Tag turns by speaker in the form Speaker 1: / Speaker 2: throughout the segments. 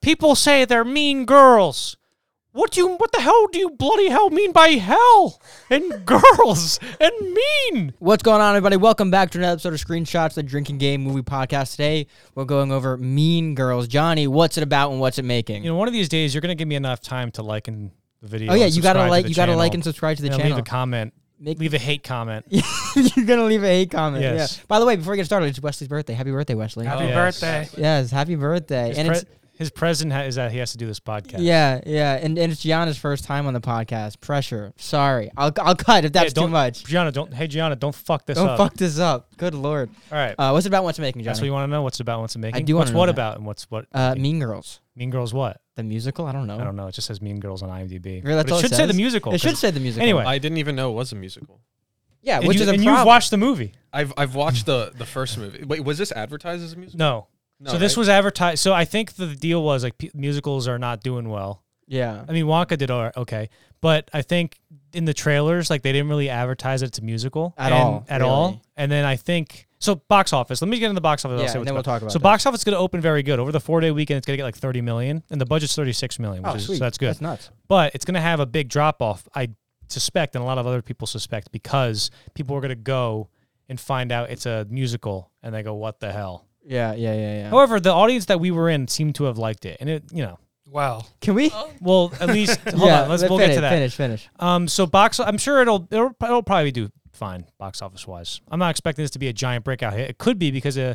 Speaker 1: People say they're mean girls. What do you? What the hell do you bloody hell mean by hell and girls and mean?
Speaker 2: What's going on, everybody? Welcome back to another episode of Screenshots, the Drinking Game Movie Podcast. Today, we're going over Mean Girls. Johnny, what's it about and what's it making?
Speaker 1: You know, one of these days you're gonna give me enough time to like and the video.
Speaker 2: oh yeah,
Speaker 1: and
Speaker 2: you gotta
Speaker 1: subscribe to
Speaker 2: like,
Speaker 1: the
Speaker 2: you gotta
Speaker 1: channel.
Speaker 2: like and subscribe to the
Speaker 1: And
Speaker 2: channel.
Speaker 1: Leave a comment.
Speaker 2: Make-
Speaker 1: leave a hate comment.
Speaker 2: You're gonna leave a hate comment.
Speaker 1: Yes.
Speaker 2: Yeah. By the way, before we get started, it's Wesley's birthday. Happy birthday, Wesley. Oh.
Speaker 1: Happy
Speaker 3: Yes.
Speaker 1: birthday.
Speaker 2: Yes, happy birthday.
Speaker 1: His,
Speaker 2: and
Speaker 1: pre-
Speaker 2: it's
Speaker 1: his present ha- is that he has to do this podcast.
Speaker 2: yeah, yeah, and, and it's Gianna's first time on the podcast. Pressure. Sorry, I'll I'll cut
Speaker 1: Hey,
Speaker 2: if that's
Speaker 1: don't-
Speaker 2: too much.
Speaker 1: Gianna, don't. Hey, Gianna, don't fuck this
Speaker 2: Don't
Speaker 1: up.
Speaker 2: fuck this up. Good lord.
Speaker 1: All right.
Speaker 2: Uh, what's it about? What's it making,
Speaker 1: That's what
Speaker 2: Johnny?
Speaker 1: you want to know. What's it about? What's it making?
Speaker 2: do wanna
Speaker 1: What's
Speaker 2: know
Speaker 1: what
Speaker 2: that.
Speaker 1: about? And what's what?
Speaker 2: Uh, mean Girls,
Speaker 1: mean Girls. What?
Speaker 2: the musical. I don't know.
Speaker 1: I don't know. It just says Mean Girls on IMDb.
Speaker 2: Really, that's
Speaker 1: But
Speaker 2: all
Speaker 1: it
Speaker 2: it
Speaker 1: should say the
Speaker 2: says?
Speaker 1: musical.
Speaker 2: It should
Speaker 1: 'cause-
Speaker 2: say the musical.
Speaker 1: Anyway.
Speaker 3: I didn't even know it was a musical.
Speaker 2: Yeah,
Speaker 1: and
Speaker 2: which
Speaker 1: you-
Speaker 2: is a
Speaker 1: and
Speaker 2: problem.
Speaker 1: you've watched the movie.
Speaker 3: I've I've watched the the first movie. Wait, was this advertised as a musical?
Speaker 1: No. so this was advertised. So I think the deal was like p- musicals are not doing well.
Speaker 2: yeah.
Speaker 1: I mean, Wonka did all right, okay, but I think in the trailers, like they didn't really advertise it's a musical
Speaker 2: At
Speaker 1: and-
Speaker 2: all,
Speaker 1: at
Speaker 2: really.
Speaker 1: all. And then I think so. Box office. Let me get in the box office.
Speaker 2: Yeah,
Speaker 1: I'll say
Speaker 2: and
Speaker 1: what's
Speaker 2: then we'll talk about
Speaker 1: So
Speaker 2: that.
Speaker 1: box office is going to open very good over the four day weekend. It's going to get like thirty million, and the budget's thirty six million, which
Speaker 2: Oh,
Speaker 1: is
Speaker 2: sweet.
Speaker 1: so that's good.
Speaker 2: That's nuts.
Speaker 1: but it's going to have a big drop off. I suspect, and a lot of other people suspect, because people are going to go and find out it's a musical, and they go, "What the hell."
Speaker 2: Yeah, yeah, yeah, yeah.
Speaker 1: However, the audience that we were in seemed to have liked it, and it, you know,
Speaker 3: wow.
Speaker 2: Can we?
Speaker 1: well, at least hold
Speaker 2: yeah,
Speaker 1: on, let's
Speaker 2: let-
Speaker 1: we'll
Speaker 2: Oh, finish,
Speaker 1: get to that.
Speaker 2: Finish, finish.
Speaker 1: Um, so box, I'm sure it'll it'll, it'll probably do fine box office wise. I'm not expecting this to be a giant breakout hit. It could be because uh,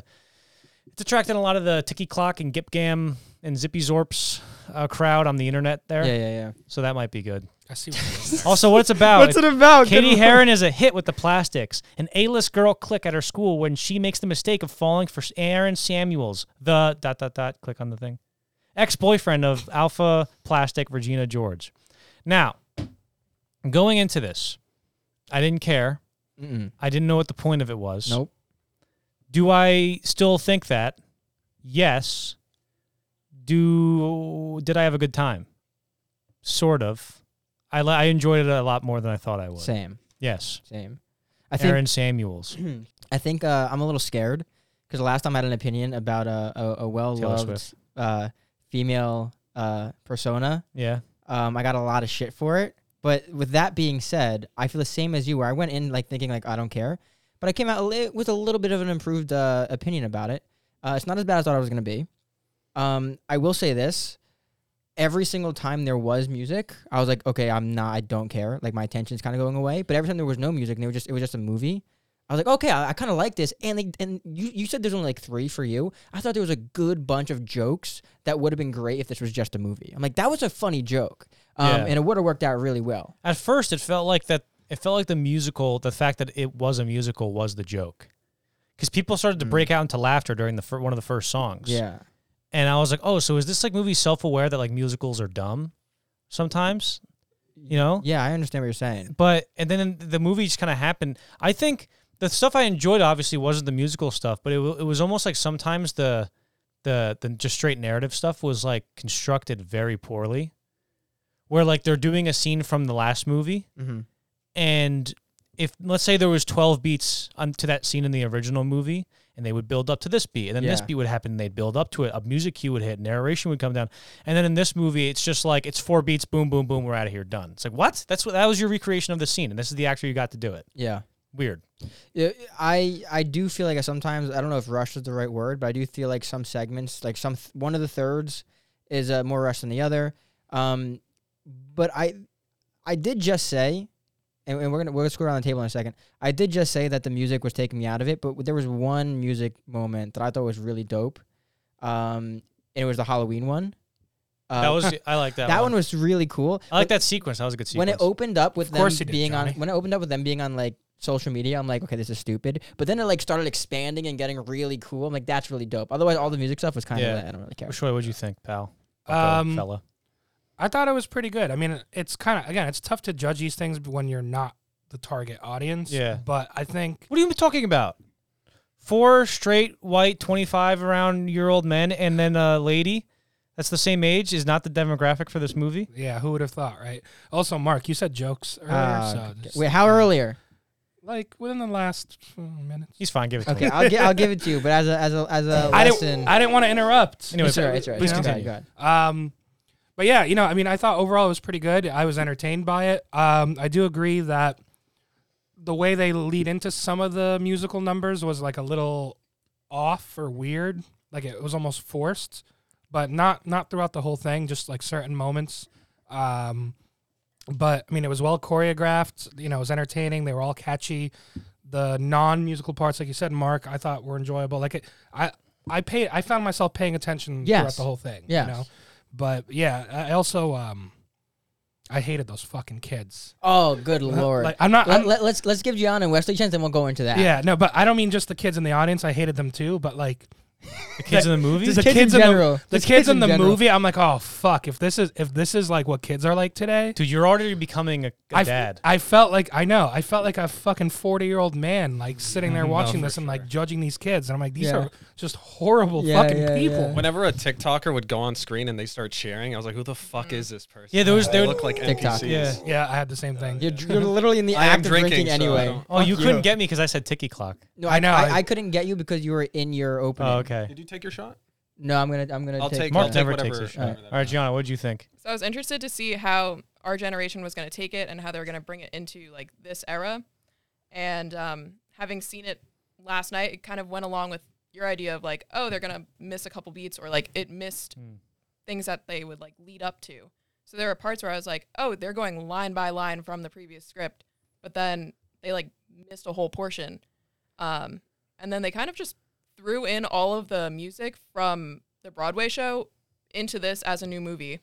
Speaker 1: it's attracting a lot of the Tiki Clock and Gip Gam and Zippy Zorps uh, crowd on the internet there,
Speaker 2: Yeah, yeah, yeah.
Speaker 1: so that might be good.
Speaker 3: I see. What it is.
Speaker 1: Also, what Oh, it's about?
Speaker 2: What's it about?
Speaker 1: Katie
Speaker 2: Good
Speaker 1: Heron is a hit with the plastics. An A-list girl click at her school when she makes the mistake of falling for Aaron Samuels, the dot dot dot. Click on the thing. Ex-boyfriend of Alpha Plastic Regina George. Now, going into this, I didn't care.
Speaker 2: Lord. Mm-mm.
Speaker 1: I didn't know what the point of it was.
Speaker 2: Nope.
Speaker 1: Do I still think that? Yes. Do did I have a good time? Sort of. I li- I enjoyed it a lot more than I thought I would.
Speaker 2: Same,
Speaker 1: Yes.
Speaker 2: same. I think
Speaker 1: Aaron Samuels.
Speaker 2: I think uh, I'm a little scared because the last time I had an opinion about a a, a well loved
Speaker 1: Swift.
Speaker 2: uh, female uh, persona,
Speaker 1: Yeah.
Speaker 2: um, I got a lot of shit for it. But with that being said, I feel the same as you, where I went in like thinking like I don't care, but I came out a li- with a little bit of an improved uh, opinion about it. Uh, it's not as bad as I thought it was gonna be. Um, I will say this: every single time there was music, I was like, okay, I'm not, I don't care. Like my attention's kind of going away. But every time there was no music, and they were just, it was just a movie. I was like, okay, I, I kind of like this. And they, and you, you said there's only like three for you. I thought there was a good bunch of jokes that would have been great if this was just a movie. I'm like, that was a funny joke, um,
Speaker 1: Yeah.
Speaker 2: and it would have worked out really well.
Speaker 1: At first, it felt like that. It felt like the musical. The fact that it was a musical was the joke, because people started to break out into laughter during the fir- one of the first songs.
Speaker 2: Yeah,
Speaker 1: And I was like, oh, so is this like movie self aware that like musicals are dumb sometimes? You know.
Speaker 2: yeah, I understand what you're saying.
Speaker 1: But and then the movie just kind of happened. I think the stuff I enjoyed obviously wasn't the musical stuff, but it, wa- it was almost like sometimes the the the just straight narrative stuff was like constructed very poorly, where like they're doing a scene from the last movie
Speaker 2: Mm-hmm.
Speaker 1: and if let's say there was 12 beats on to that scene in the original movie and they would build up to this beat and then this
Speaker 2: Yeah.
Speaker 1: beat would happen and they'd build up to it a music cue would hit narration would come down and then in this movie it's just like it's four beats boom boom boom we're out of here done it's like what that's what that was your recreation of the scene and this is the actor you got to do it
Speaker 2: Yeah.
Speaker 1: weird
Speaker 2: Yeah, I I do feel like I sometimes I don't know if rush is the right word, but I do feel like some segments, like some th- one of the thirds, is uh, more rush than the other. Um, but I I did just say, and, and we're gonna we'll score around the table in a second. I did just say that the music was taking me out of it, but there was one music moment that I thought was really dope. Um, and it was the Halloween one. Uh,
Speaker 1: that was i like that,
Speaker 2: that one was really cool.
Speaker 1: i like that sequence that was a good sequence
Speaker 2: when it opened up with
Speaker 3: Of
Speaker 2: them
Speaker 3: course you did,
Speaker 2: being on
Speaker 3: Johnny.
Speaker 2: when it opened up with them being on like social media, I'm like, okay, this is stupid. But then it like started expanding and getting really cool. I'm like, that's really dope. Otherwise, all the music stuff was kind of
Speaker 1: Yeah.
Speaker 2: like, I don't really care.
Speaker 1: Shoy, what'd you think pal
Speaker 4: Um,
Speaker 1: fella
Speaker 4: I thought it was pretty good. I mean, it's kind of again, it's tough to judge these things when you're not the target audience.
Speaker 1: Yeah.
Speaker 4: But I think
Speaker 1: what are you talking about four straight white 25 around year old men and then a lady that's the same age is not the demographic for this movie
Speaker 4: yeah, who would have thought, right? Also, Mark, you said jokes earlier.
Speaker 2: Uh,
Speaker 4: so
Speaker 2: wait, how earlier?
Speaker 4: like within the last uh, minutes.
Speaker 1: He's fine. Give it to
Speaker 2: Okay,
Speaker 1: him.
Speaker 2: I'll, gi- I'll give it to you, but as a as a as a
Speaker 4: I
Speaker 2: lesson,
Speaker 4: didn't. I didn't want to interrupt.
Speaker 1: Anyway,
Speaker 2: it's all right. It's all right.
Speaker 4: Please
Speaker 2: it's all
Speaker 1: continue.
Speaker 2: right, go ahead.
Speaker 4: Um, but yeah, you know, I mean, I thought overall it was pretty good. I was entertained by it. Um, I do agree that the way they lead into some of the musical numbers was like a little off or weird. Like it was almost forced, but not not throughout the whole thing. Just like certain moments. Um, but I mean, it was well choreographed. You know, it was entertaining. They were all catchy. The non-musical parts, like you said, Mark, I thought were enjoyable. Like it, I, I paid. I found myself paying attention throughout
Speaker 2: Yes.
Speaker 4: the whole thing.
Speaker 2: Yes.
Speaker 4: You know, but yeah, I I also um, I hated those fucking kids.
Speaker 2: Oh, good lord!
Speaker 4: Like I'm not.
Speaker 2: let,
Speaker 4: I'm-
Speaker 2: let, us let's give Gianna and Wesley a chance, and we'll go into that.
Speaker 4: yeah, no, but I don't mean just the kids in the audience. I hated them too. But like
Speaker 1: The kids in the movie.
Speaker 4: the
Speaker 2: kids in
Speaker 4: kids in
Speaker 2: general.
Speaker 4: the the
Speaker 2: Just
Speaker 4: kids in the
Speaker 2: general.
Speaker 4: movie, I'm like, oh fuck! If this is if this is like what kids are like today,
Speaker 1: Dude, you're already becoming a, a
Speaker 4: I f-
Speaker 1: dad.
Speaker 4: I felt like I know. I felt like a fucking forty year old man, like sitting there
Speaker 1: Mhm. No,
Speaker 4: watching
Speaker 1: for
Speaker 4: this and like judging these kids, and I'm like, these
Speaker 2: Yeah.
Speaker 4: are just horrible
Speaker 2: Yeah,
Speaker 4: fucking
Speaker 2: yeah,
Speaker 4: people.
Speaker 2: yeah.
Speaker 3: Whenever a TikToker would go on screen and they start sharing, I was like, "Who the fuck is this person?"
Speaker 1: Yeah, there was-
Speaker 3: they
Speaker 1: there-
Speaker 3: look like
Speaker 2: TikTok.
Speaker 3: NPCs.
Speaker 1: Yeah.
Speaker 4: Yeah, I had the same
Speaker 1: Uh,
Speaker 4: thing.
Speaker 2: You're, dr- you're literally in the
Speaker 3: I am
Speaker 2: act of drinking,
Speaker 3: drinking, so I
Speaker 2: anyway.
Speaker 3: don't-
Speaker 1: Oh, you
Speaker 2: Fuck
Speaker 1: couldn't get me because I said Tiki Clock.
Speaker 2: No,
Speaker 4: I know,
Speaker 2: I,
Speaker 4: I-
Speaker 2: I couldn't get you because you were in your opening.
Speaker 1: Oh, okay.
Speaker 3: Did you take your shot?
Speaker 2: No, I'm gonna I'm gonna
Speaker 3: I'll take.
Speaker 1: Mark
Speaker 3: I'll take
Speaker 1: never
Speaker 3: whatever,
Speaker 1: takes a shot.
Speaker 3: whatever that
Speaker 1: All right,
Speaker 3: is.
Speaker 1: Gianna, what'd you think?
Speaker 5: So I was interested to see how our generation was going to take it and how they were going to bring it into like this era. And um, having seen it last night, it kind of went along with your idea of like, oh, they're going to miss a couple beats or like it missed
Speaker 1: Mm.
Speaker 5: things that they would like lead up to. So there were parts where I was like, oh, they're going line by line from the previous script, but then they like missed a whole portion. Um, and then they kind of just threw in all of the music from the Broadway show into this as a new movie.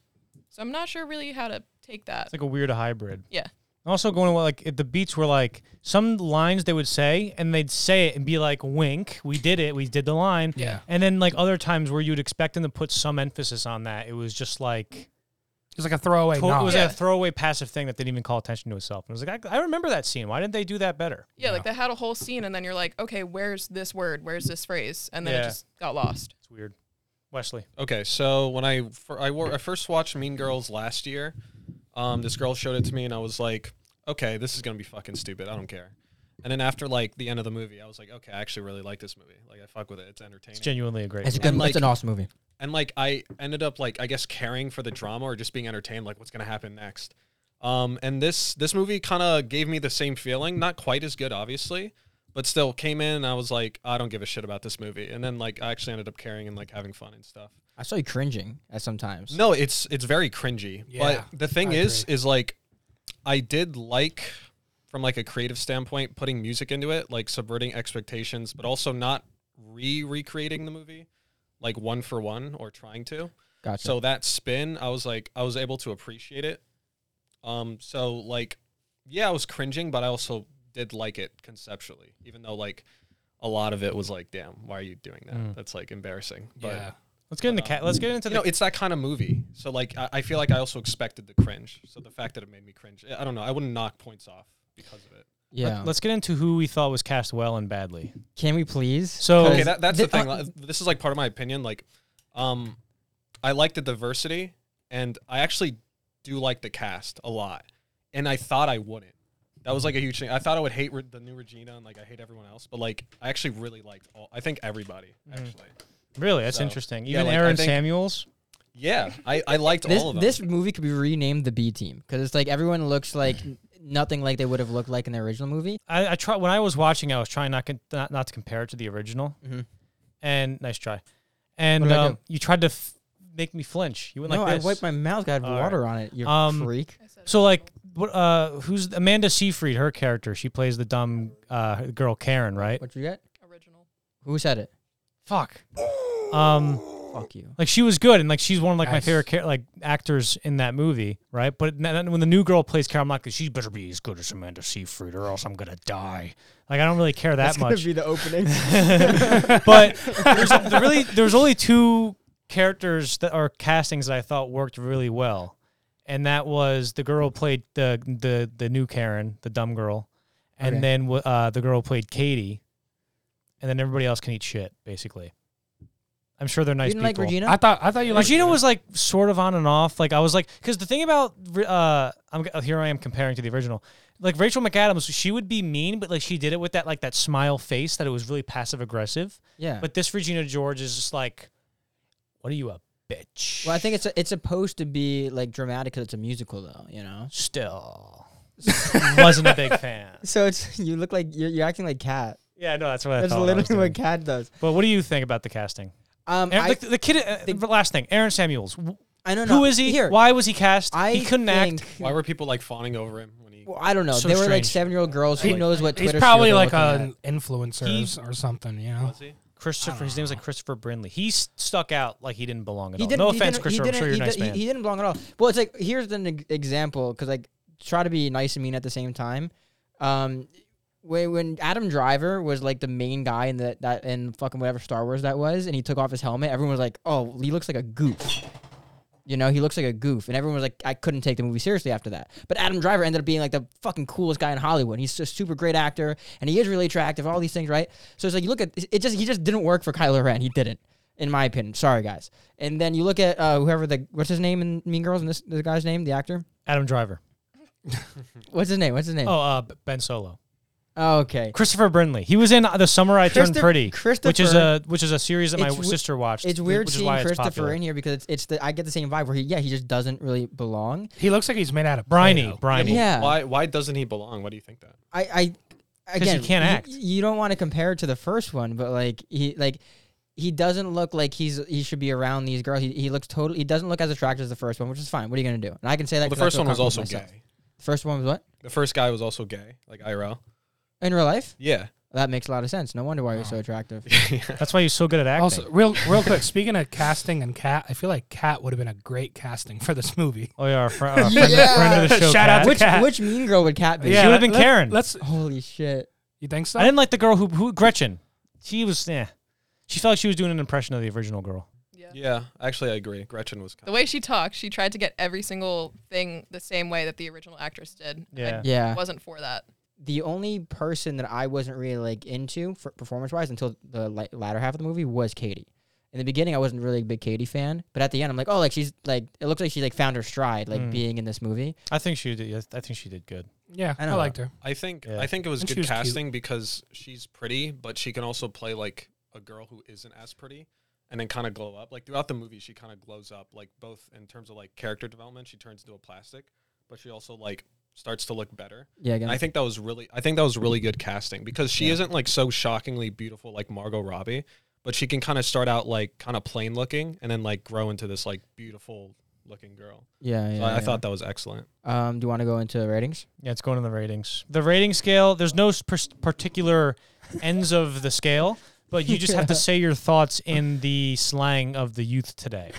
Speaker 5: So I'm not sure really how to take that.
Speaker 1: It's like a weird hybrid.
Speaker 5: Yeah.
Speaker 1: Also going to like if the beats were like some lines they would say and they'd say it and be like wink we did it we did the line
Speaker 4: Yeah.
Speaker 1: and then like other times where you'd expect them to put some emphasis on that it was just like
Speaker 4: It was like a throwaway.
Speaker 1: to- it
Speaker 4: nod.
Speaker 1: was
Speaker 5: Yeah.
Speaker 1: a throwaway passive thing that didn't even call attention to itself and it was like I, I remember that scene why didn't they do that better
Speaker 5: Yeah, like they had a whole scene, and then you're like, okay, where's this word? Where's this phrase? And then
Speaker 1: Yeah.
Speaker 5: it just got lost.
Speaker 1: it's weird Wesley
Speaker 3: Okay, so when I fir- I, wor- I first watched Mean Girls last year, um, this girl showed it to me and I was like, okay, this is gonna be fucking stupid. I don't care. And then after like the end of the movie, I was like, okay, I actually really like this movie. Like I fuck with it. It's entertaining.
Speaker 1: it's genuinely a great
Speaker 2: It's a
Speaker 1: movie.
Speaker 2: good.
Speaker 3: And,
Speaker 2: it's an
Speaker 3: like-
Speaker 2: awesome movie.
Speaker 3: and like I ended up like I guess caring for the drama or just being entertained. Like what's gonna happen next? Um, and this this movie kind of gave me the same feeling. Not quite as good, obviously, but still came in and I was like, I don't give a shit about this movie. And then like I actually ended up caring and like having fun and stuff.
Speaker 2: I saw you cringing at sometimes.
Speaker 3: No, it's it's very cringy.
Speaker 4: Yeah,
Speaker 3: but the thing
Speaker 4: I
Speaker 3: is, is like I did like from like a creative standpoint putting music into it, like subverting expectations, but also not re recreating the movie like one for one or trying to.
Speaker 2: gotcha.
Speaker 3: So that spin, I was like I was able to appreciate it. Um so like yeah, I was cringing, but I also did like it conceptually, even though like a lot of it was like, damn, why are you doing that?
Speaker 1: Mm.
Speaker 3: That's like embarrassing. But
Speaker 4: yeah.
Speaker 1: let's get into cat let's get into
Speaker 3: you
Speaker 1: the
Speaker 3: know, it's that kind of movie. So like, I, I feel like I also expected the cringe. So the fact that it made me cringe, eh, I don't know. I wouldn't knock points off because of it.
Speaker 2: yeah.
Speaker 1: let, us get into who we thought was cast well and badly
Speaker 2: Can we please?
Speaker 1: So-
Speaker 3: Okay,
Speaker 1: Is-
Speaker 2: 'Cause
Speaker 3: that, that's
Speaker 2: thi-
Speaker 3: the thing.
Speaker 2: uh,
Speaker 3: like, this is like part of my opinion. Like, um, I like the diversity, and I actually do like the cast a lot. And I thought I wouldn't. That was like a huge thing. I thought I would hate re- the new Regina and like I hate everyone else, but like I actually really liked all. I think everybody actually.
Speaker 1: really that's
Speaker 3: So,
Speaker 1: interesting
Speaker 3: yeah,
Speaker 1: even
Speaker 3: like, I
Speaker 1: Aaron
Speaker 3: think-
Speaker 1: Samuels
Speaker 3: Yeah, I, I liked
Speaker 2: this
Speaker 3: all of them.
Speaker 2: this movie could be renamed the B Team because it's like everyone looks like n- nothing like they would have looked like in the original movie.
Speaker 1: I, I try when I was watching, I was trying not con- not, not to compare it to the original.
Speaker 2: Mhm.
Speaker 1: And nice try. And
Speaker 2: What did I
Speaker 1: um, you tried to f- make me flinch. You went
Speaker 2: no,
Speaker 1: like
Speaker 2: I
Speaker 1: this.
Speaker 2: wiped my mouth. I had
Speaker 1: All
Speaker 2: water on it. You
Speaker 1: Um,
Speaker 2: freak.
Speaker 1: so like, what? Uh, who's Amanda Seyfried? Her character. She plays the dumb uh, girl Karen, right?
Speaker 2: What you get?
Speaker 5: original.
Speaker 2: Who said it?
Speaker 1: Fuck. Um,
Speaker 2: Fuck you.
Speaker 1: like she was good, and like she's one of like my
Speaker 4: Nice.
Speaker 1: favorite char- like actors in that movie, right? But n- n- when the new girl plays Karen, I'm like, she better be as good as Amanda Seyfried, or else I'm gonna die. Like I don't really care that much.
Speaker 2: be the opening.
Speaker 1: but there's there really there's only two characters that are castings that I thought worked really well, and that was the girl who played the the the new Karen, the dumb girl, and
Speaker 2: Okay.
Speaker 1: then then uh, the girl who played Katie, and then everybody else can eat shit basically. I'm sure they're nice
Speaker 2: you didn't like
Speaker 1: people.
Speaker 2: Regina?
Speaker 4: I thought I thought you liked
Speaker 1: Regina was like sort of on and off. Like I was like, because the thing about uh, I'm here I am comparing to the original. Like Rachel McAdams, she would be mean, but like she did it with that like that smile face that it was really passive aggressive.
Speaker 2: yeah.
Speaker 1: But this Regina George is just like, what are you a bitch?
Speaker 2: well, I think it's it's supposed to be like dramatic because it's a musical, though. You know.
Speaker 1: still wasn't a big fan.
Speaker 2: So it's you look like you're, you're acting like Cat.
Speaker 1: Yeah, no, that's what I
Speaker 2: That's
Speaker 1: thought. I was
Speaker 2: literally
Speaker 1: doing.
Speaker 2: what Cat does.
Speaker 1: but what do you think about the casting?
Speaker 2: Um,
Speaker 1: Aaron,
Speaker 2: I,
Speaker 1: the, the kid. Uh,
Speaker 2: think-
Speaker 1: the last thing, Aaron Samuels. Who is
Speaker 2: I don't know
Speaker 1: he?
Speaker 2: Here,
Speaker 1: Why was he cast?
Speaker 2: I
Speaker 1: he couldn't
Speaker 2: think,
Speaker 1: act.
Speaker 3: Why were people like fawning over him when he?
Speaker 2: Well, I don't know.
Speaker 1: So
Speaker 2: they were like
Speaker 1: strange.
Speaker 2: seven year old girls. Who
Speaker 4: He-
Speaker 2: knows what
Speaker 4: He's
Speaker 2: Twitter
Speaker 4: probably
Speaker 2: sphere
Speaker 4: like
Speaker 2: they're looking at.
Speaker 4: an influencer
Speaker 1: He's-
Speaker 4: or something, you know.
Speaker 3: Was he?
Speaker 1: Christopher. His name was like Christopher Brindley. He s- stuck out like he didn't belong at
Speaker 2: He
Speaker 1: all.
Speaker 2: didn't.
Speaker 1: No
Speaker 2: he
Speaker 1: offense,
Speaker 2: didn't-
Speaker 1: Christopher.
Speaker 2: He
Speaker 1: I'm
Speaker 2: didn't,
Speaker 1: sure you're a
Speaker 2: he,
Speaker 1: nice
Speaker 2: did- he-
Speaker 1: man.
Speaker 2: he didn't belong at all. Well, it's like here's an e- example because like try to be nice and mean at the same time. Um, when when Adam Driver was like the main guy in that that in fucking whatever Star Wars that was, and he took off his helmet, everyone was like, "Oh, he looks like a goof." You know, he looks like a goof, and everyone was like, "I couldn't take the movie seriously after that." But Adam Driver ended up being like the fucking coolest guy in Hollywood. He's a super great actor, and he is really attractive. All these things, right? So it's like you look at it. Just he just didn't work for Kylo Ren. He didn't, in my opinion. Sorry, guys. And then you look at uh, whoever the what's his name in Mean Girls, and this the guy's name, the actor.
Speaker 1: Adam Driver.
Speaker 2: What's his name? What's his name?
Speaker 1: Oh, uh, B- Ben Solo.
Speaker 2: Oh, okay.
Speaker 1: Christopher Brindley. He was in The Summer I Turned
Speaker 2: Christop-
Speaker 1: Pretty, which is
Speaker 2: Christopher-
Speaker 1: a which is a series that my
Speaker 2: It's w-
Speaker 1: sister watched.
Speaker 2: It's
Speaker 1: wh-
Speaker 2: weird
Speaker 1: which is
Speaker 2: seeing
Speaker 1: why it's
Speaker 2: Christopher
Speaker 1: popular.
Speaker 2: in here because it's it's the I get the same vibe where he yeah he just doesn't really belong.
Speaker 4: He looks like he's made out of
Speaker 1: Briny,
Speaker 4: Play-Doh.
Speaker 1: Briny.
Speaker 2: Yeah.
Speaker 3: Why? Why doesn't he belong? Why do you think that?
Speaker 2: I I
Speaker 1: he
Speaker 2: again
Speaker 1: can't
Speaker 2: y-
Speaker 1: act.
Speaker 2: You, don't want to compare it to the first one, but like he like he doesn't look like he's he should be around these girls. He, he looks totally he doesn't look as attractive as the first one, which is fine. What are you gonna do? And I can say that
Speaker 3: Well, the
Speaker 2: 'cause I
Speaker 3: first
Speaker 2: feel
Speaker 3: one was also
Speaker 2: confident in myself.
Speaker 3: gay.
Speaker 2: The first one was what
Speaker 3: The first guy was also gay, like IRL.
Speaker 2: in real life?
Speaker 3: Yeah.
Speaker 2: That makes a lot of sense. No wonder why you're so attractive.
Speaker 1: That's why he's so good at acting.
Speaker 4: Also, real real quick, speaking of casting and Cat, I feel like Cat would have been a great casting for this movie.
Speaker 1: oh yeah, our fri- our friend, friend of the show.
Speaker 4: Shout out
Speaker 1: Kat.
Speaker 4: to
Speaker 2: Which
Speaker 4: Cat.
Speaker 2: which mean girl would Cat be?
Speaker 1: Yeah. would've been
Speaker 4: let-
Speaker 1: Karen.
Speaker 4: Let's
Speaker 2: Holy shit.
Speaker 4: you think so?
Speaker 1: I didn't like the girl who who Gretchen. She was yeah. She felt like she was doing an impression of the original girl.
Speaker 5: Yeah.
Speaker 3: Yeah. Actually, I agree. Gretchen was.
Speaker 5: The
Speaker 3: Kind
Speaker 5: way she talked, she tried to get every single thing the same way that the original actress did.
Speaker 1: Yeah.
Speaker 5: I
Speaker 2: Yeah.
Speaker 5: wasn't for that.
Speaker 2: The only person that I wasn't really like into for performance wise until the la- latter half of the movie was Katie. In the beginning, I wasn't really a big Katie fan, but at the end, I'm like, oh, like she's like it looks like she like found her stride, like
Speaker 1: Mm.
Speaker 2: being in this movie.
Speaker 1: I think she did. yes, I think she did good.
Speaker 4: yeah,
Speaker 2: I
Speaker 4: I,
Speaker 2: know.
Speaker 4: liked her.
Speaker 3: I think.
Speaker 1: Yeah.
Speaker 3: I think it was
Speaker 4: And she
Speaker 3: good
Speaker 4: was cute.
Speaker 3: casting because she's pretty, but she can also play like a girl who isn't as pretty, and then kind of glow up. Like throughout the movie, she kind of glows up. Like both in terms of like character development, she turns into a plastic, but she also like starts to look better.
Speaker 2: Yeah, again,
Speaker 3: And I think that was really I think that was really good casting because she isn't like so shockingly beautiful like Margot Robbie, but she can kind of start out like kind of plain looking and then like grow into this like beautiful looking girl.
Speaker 2: yeah, yeah.
Speaker 3: so I, I
Speaker 2: yeah.
Speaker 3: thought that was excellent.
Speaker 2: Um, do you want to go into ratings?
Speaker 1: Yeah, it's going to the ratings. The rating scale. There's no per- particular ends of the scale, but you just have to say your thoughts in the slang of the youth today.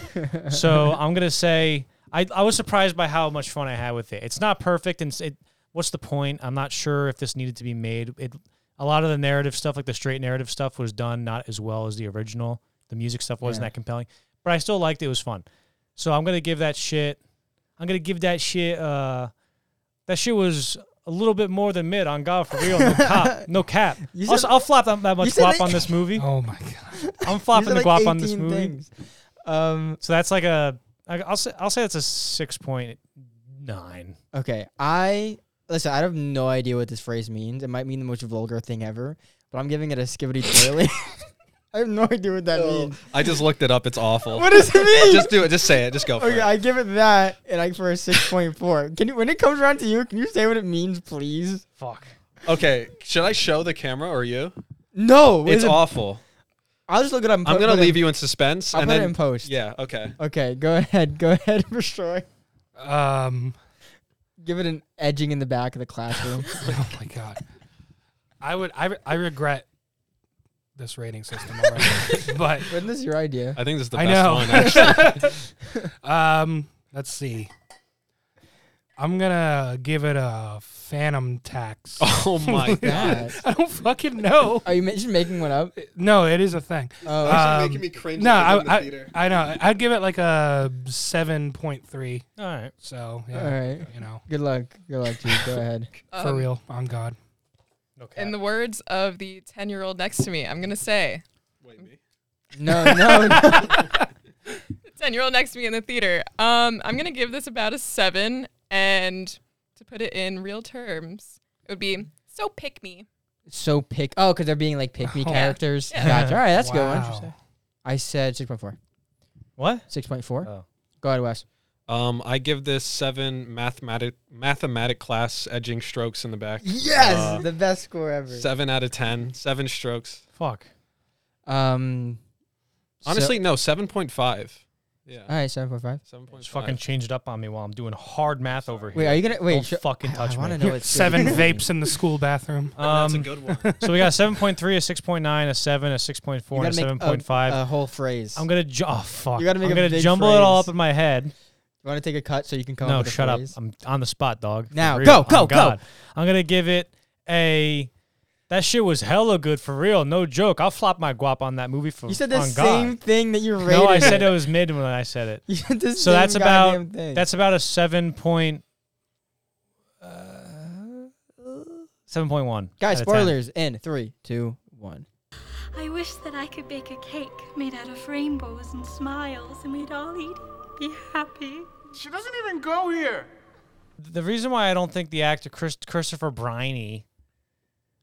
Speaker 1: So I'm gonna say I, I was surprised by how much fun I had with it. It's not perfect, and it's- it what's the point? I'm not sure if this needed to be made. It a lot of the narrative stuff, like the straight narrative stuff, was done not as well as the original. The music stuff wasn't
Speaker 2: Yeah.
Speaker 1: that compelling, but I still liked it. It was fun. So I'm gonna give that shit. I'm gonna give that shit. Uh, that shit was a little bit more than mid on God for real. No cap. No cap.
Speaker 2: You
Speaker 1: also,
Speaker 2: said-
Speaker 1: I'll flop that, that
Speaker 2: you
Speaker 1: much
Speaker 2: said
Speaker 1: guap
Speaker 2: it-
Speaker 1: on this movie.
Speaker 4: Oh my god,
Speaker 1: I'm flopping
Speaker 2: These
Speaker 1: the
Speaker 2: are, like,
Speaker 1: guap on this
Speaker 2: 18
Speaker 1: movie.
Speaker 2: things. Um,
Speaker 1: So that's like a. I- I'll say I'll say that's a six point nine.
Speaker 2: okay. I listen. I have no idea what this phrase means. It might mean the most vulgar thing ever, but I'm giving it a skibbity toilet. I have no idea what that means.
Speaker 3: I just looked it up. It's awful.
Speaker 2: What does it mean?
Speaker 3: just do it. Just say it. Just go for
Speaker 2: Okay,
Speaker 3: it.
Speaker 2: I give it that, and I for a six point four. Can you when it comes around to you? Can you say what it means, please?
Speaker 1: Fuck.
Speaker 3: okay. Should I show the camera or you?
Speaker 2: No,
Speaker 3: It's
Speaker 2: is it-
Speaker 3: awful.
Speaker 2: I'll just look it up.
Speaker 3: I'm gonna leave you in suspense
Speaker 2: I'll
Speaker 3: and
Speaker 2: put
Speaker 3: then
Speaker 2: it in post.
Speaker 3: yeah. Okay.
Speaker 2: Okay, go ahead. Go ahead, destroy.
Speaker 4: um,
Speaker 2: Give it an edging in the back of the classroom.
Speaker 4: oh my god, I would I, re- I regret this rating system already, but
Speaker 2: Wasn't this your idea?
Speaker 3: I think this is the
Speaker 4: I
Speaker 3: best
Speaker 4: know.
Speaker 3: one. Actually.
Speaker 4: um, let's see. I'm gonna give it a phantom tax.
Speaker 3: oh my god.
Speaker 2: That.
Speaker 4: I don't fucking know.
Speaker 2: Are you ma- just making one up?
Speaker 4: No, it is a thing.
Speaker 2: Oh,
Speaker 3: Ah.
Speaker 4: Uh, Um,
Speaker 3: me cringe. thinking
Speaker 4: No, I,
Speaker 3: of the
Speaker 4: I,
Speaker 3: theater.
Speaker 4: I know. I'd give it like a seven point three.
Speaker 1: All right.
Speaker 4: So
Speaker 2: all
Speaker 4: yeah,
Speaker 2: right.
Speaker 4: you know,
Speaker 2: Good luck. Good luck to you. Go ahead.
Speaker 4: for
Speaker 5: Um,
Speaker 4: real, on God.
Speaker 1: No cap.
Speaker 5: In the words of the 10 year old next to me, I'm going to say,
Speaker 3: Wait, me?
Speaker 2: No, no, no.
Speaker 5: ten year old next to me in the theater. Um, I'm gonna give this about a seven, and to put it in real terms, it would be so pick me.
Speaker 2: so pick. Oh, because they're being like pick me
Speaker 4: Yeah.
Speaker 2: characters.
Speaker 5: Yeah.
Speaker 2: Gotcha. All right, that's a good one.
Speaker 4: Wow.
Speaker 2: I said six point four.
Speaker 1: What?
Speaker 2: Six point four.
Speaker 1: Oh.
Speaker 2: Go ahead, Wes.
Speaker 3: Um, I give this seven mathematic mathematic class edging strokes in the back.
Speaker 2: Yes,
Speaker 3: Uh,
Speaker 2: the best score ever.
Speaker 3: Seven out of ten. Seven strokes.
Speaker 1: Fuck.
Speaker 2: um, so-
Speaker 3: Honestly, no. Seven point five. Yeah.
Speaker 2: all right, seven point five.
Speaker 3: Seven point
Speaker 1: Just
Speaker 3: five.
Speaker 1: fucking changed up on me while I'm doing hard math over here.
Speaker 2: Wait, are you gonna wait?
Speaker 1: Don't
Speaker 2: sho-
Speaker 1: fucking
Speaker 2: I-
Speaker 1: touch
Speaker 2: I want to
Speaker 1: me.
Speaker 2: know what
Speaker 4: Seven vapes in the school bathroom.
Speaker 3: That's a
Speaker 1: Um,
Speaker 3: good one.
Speaker 1: so we got a 7.3, a 6.9, a 7, a 6.4, and a 7.5.
Speaker 2: A, whole phrase.
Speaker 1: I'm gonna ju- oh fuck.
Speaker 2: You gotta make
Speaker 1: I'm
Speaker 2: a
Speaker 1: gonna
Speaker 2: big
Speaker 1: jumble it all
Speaker 2: phrase.
Speaker 1: up in my head.
Speaker 2: you want to take a cut so you can come
Speaker 1: no,
Speaker 2: up with
Speaker 1: shut
Speaker 2: a
Speaker 1: up.
Speaker 2: phrase?
Speaker 1: I'm on the spot, dog. For
Speaker 2: Now,
Speaker 1: real.
Speaker 2: go,
Speaker 1: Oh,
Speaker 2: go, go.
Speaker 1: God. I'm gonna give it a. That shit was hella good for real. No joke. I'll flop my guap on that movie for.
Speaker 2: You said the
Speaker 1: on
Speaker 2: same
Speaker 1: God.
Speaker 2: thing that you rated.
Speaker 1: No, I said it was mid when I said it.
Speaker 2: You said the
Speaker 1: So
Speaker 2: same
Speaker 1: that's about-
Speaker 2: goddamn thing.
Speaker 1: That's about a seven point. uh, Seven point one.
Speaker 2: guys. Spoilers in three, two, one.
Speaker 6: I wish that I could bake a cake made out of rainbows and smiles, and we'd all eat it, be happy.
Speaker 7: She doesn't even go here.
Speaker 1: The reason why I don't think the actor Chris, Christopher Briney,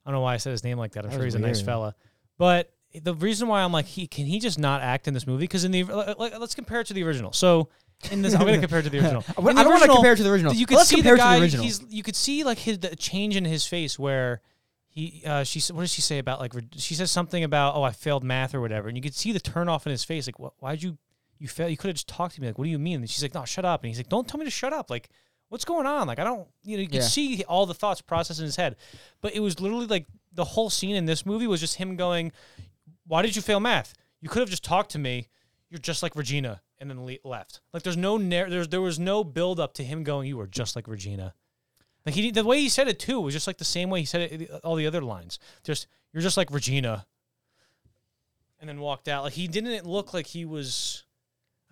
Speaker 1: I don't know why I said his name like that. I'm
Speaker 2: That
Speaker 1: sure
Speaker 2: was
Speaker 1: he's a nice
Speaker 2: weird.
Speaker 1: fella, but the reason why I'm like, he can he just not act in this movie? Because in the like, like, let's compare it to the original. So in this, I'm gonna compare it to the original.
Speaker 2: I don't
Speaker 1: In the
Speaker 2: want to
Speaker 1: original,
Speaker 2: compare it to the original.
Speaker 1: You
Speaker 2: can
Speaker 1: could
Speaker 2: Let's
Speaker 1: see
Speaker 2: compare
Speaker 1: the
Speaker 2: it to
Speaker 1: guy.
Speaker 2: the original.
Speaker 1: he's you could see like his the change in his face where he uh, she s- what does she say about like re- she says something about oh I failed math or whatever, and you could see the turn off in his face like what why'd you you fail? You could have just talked to me like what do you mean? And she's like no shut up, and he's like don't tell me to shut up like. What's going on? Like I don't, you know, you could
Speaker 2: Yeah.
Speaker 1: see all the thoughts processed in his head, but it was literally like the whole scene in this movie was just him going, why did you fail math? You could have just talked to me. You're just like Regina, and then le- left. Like there's no nar- there's there was no build up to him going. You were just like Regina. Like he the way he said it too was just like the same way he said it all the other lines. Just you're just like Regina, and then walked out. Like he didn't look like he was.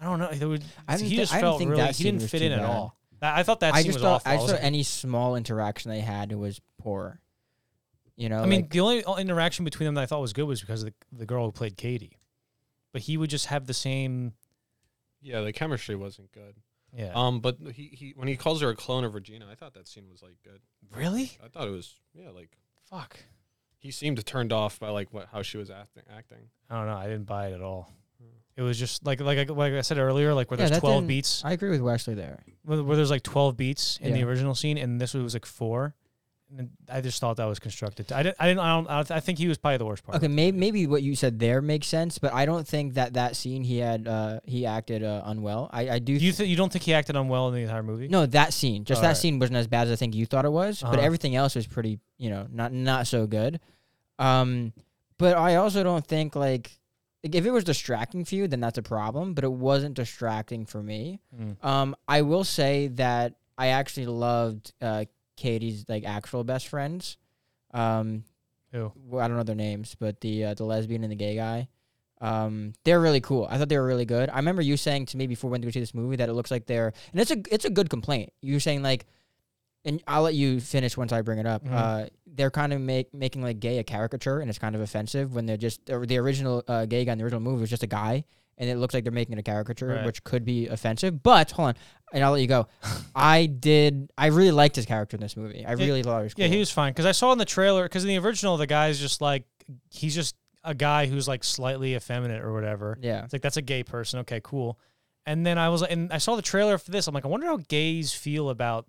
Speaker 1: I don't know. There was,
Speaker 2: I didn't
Speaker 1: he
Speaker 2: thi-
Speaker 1: just
Speaker 2: I didn't
Speaker 1: felt
Speaker 2: think
Speaker 1: really
Speaker 2: that
Speaker 1: he
Speaker 2: scene
Speaker 1: didn't
Speaker 2: was
Speaker 1: fit
Speaker 2: too
Speaker 1: in at
Speaker 2: bad.
Speaker 1: all. I I thought that
Speaker 2: I
Speaker 1: scene
Speaker 2: just
Speaker 1: was
Speaker 2: thought
Speaker 1: awful.
Speaker 2: I
Speaker 1: was
Speaker 2: just thought
Speaker 1: like,
Speaker 2: any small interaction they had was poor. You know,
Speaker 1: I mean,
Speaker 2: like-
Speaker 1: the only uh, interaction between them that I thought was good was because of the, the girl who played Katie. But he would just have the same.
Speaker 3: yeah, the chemistry wasn't good.
Speaker 1: Yeah.
Speaker 3: Um, but he, he when he calls her a clone of Regina, I thought that scene was like good.
Speaker 1: really?
Speaker 3: I thought it was yeah, like
Speaker 1: Fuck.
Speaker 3: he seemed turned off by like what how she was acting. Acting.
Speaker 1: I don't know. I didn't buy it at all. It was just like like I- like I said earlier, like where
Speaker 2: Yeah,
Speaker 1: there's
Speaker 2: that
Speaker 1: twelve
Speaker 2: didn't-
Speaker 1: beats,
Speaker 2: I agree with Wesley there.
Speaker 1: where, where there's like twelve beats in the
Speaker 2: Yeah.
Speaker 1: original scene, and this was like four. And I just thought that was constructed. I didn't. I didn't. I don't. I, don't- I think he was probably the worst part.
Speaker 2: Okay, maybe maybe what you said there makes sense, but I don't think that that scene he had uh, he acted uh, unwell. I I do.
Speaker 1: You th- you don't think he acted unwell in the entire movie?
Speaker 2: no, that scene, just that
Speaker 1: Alright.
Speaker 2: scene wasn't as bad as I think you thought it was, but
Speaker 1: Uh-huh.
Speaker 2: everything else was pretty, you know, not not so good. Um, but I also don't think like, like if it was distracting for you, then that's a problem. But it wasn't distracting for me.
Speaker 1: Mm.
Speaker 2: Um, I will say that I actually loved uh, Katie's like actual best friends. Um,
Speaker 1: Who?
Speaker 2: well, I don't know their names, but the uh, the lesbian and the gay guy. Um, they're really cool. I thought they were really good. I remember you saying to me before we went to go see this movie that it looks like they're and it's a it's a good complaint. You were saying like, and I'll let you finish once I bring it up.
Speaker 1: Mhm.
Speaker 2: Uh, they're kind of make making like gay a caricature, and it's kind of offensive when they're just or the original uh, gay guy in the original movie was just a guy, and it looks like they're making it a caricature,
Speaker 1: Right.
Speaker 2: which could be offensive. But hold on, and I'll let you go. I did. I really liked his character in this movie. I
Speaker 1: Yeah,
Speaker 2: really thought it was cool.
Speaker 1: Yeah, he was fine because I saw in the trailer because in the original the guy's just like he's just a guy who's like slightly effeminate or whatever.
Speaker 2: Yeah.
Speaker 1: It's like that's a gay person. Okay, cool. And then I was and I saw the trailer for this. I'm like, I wonder how gays feel about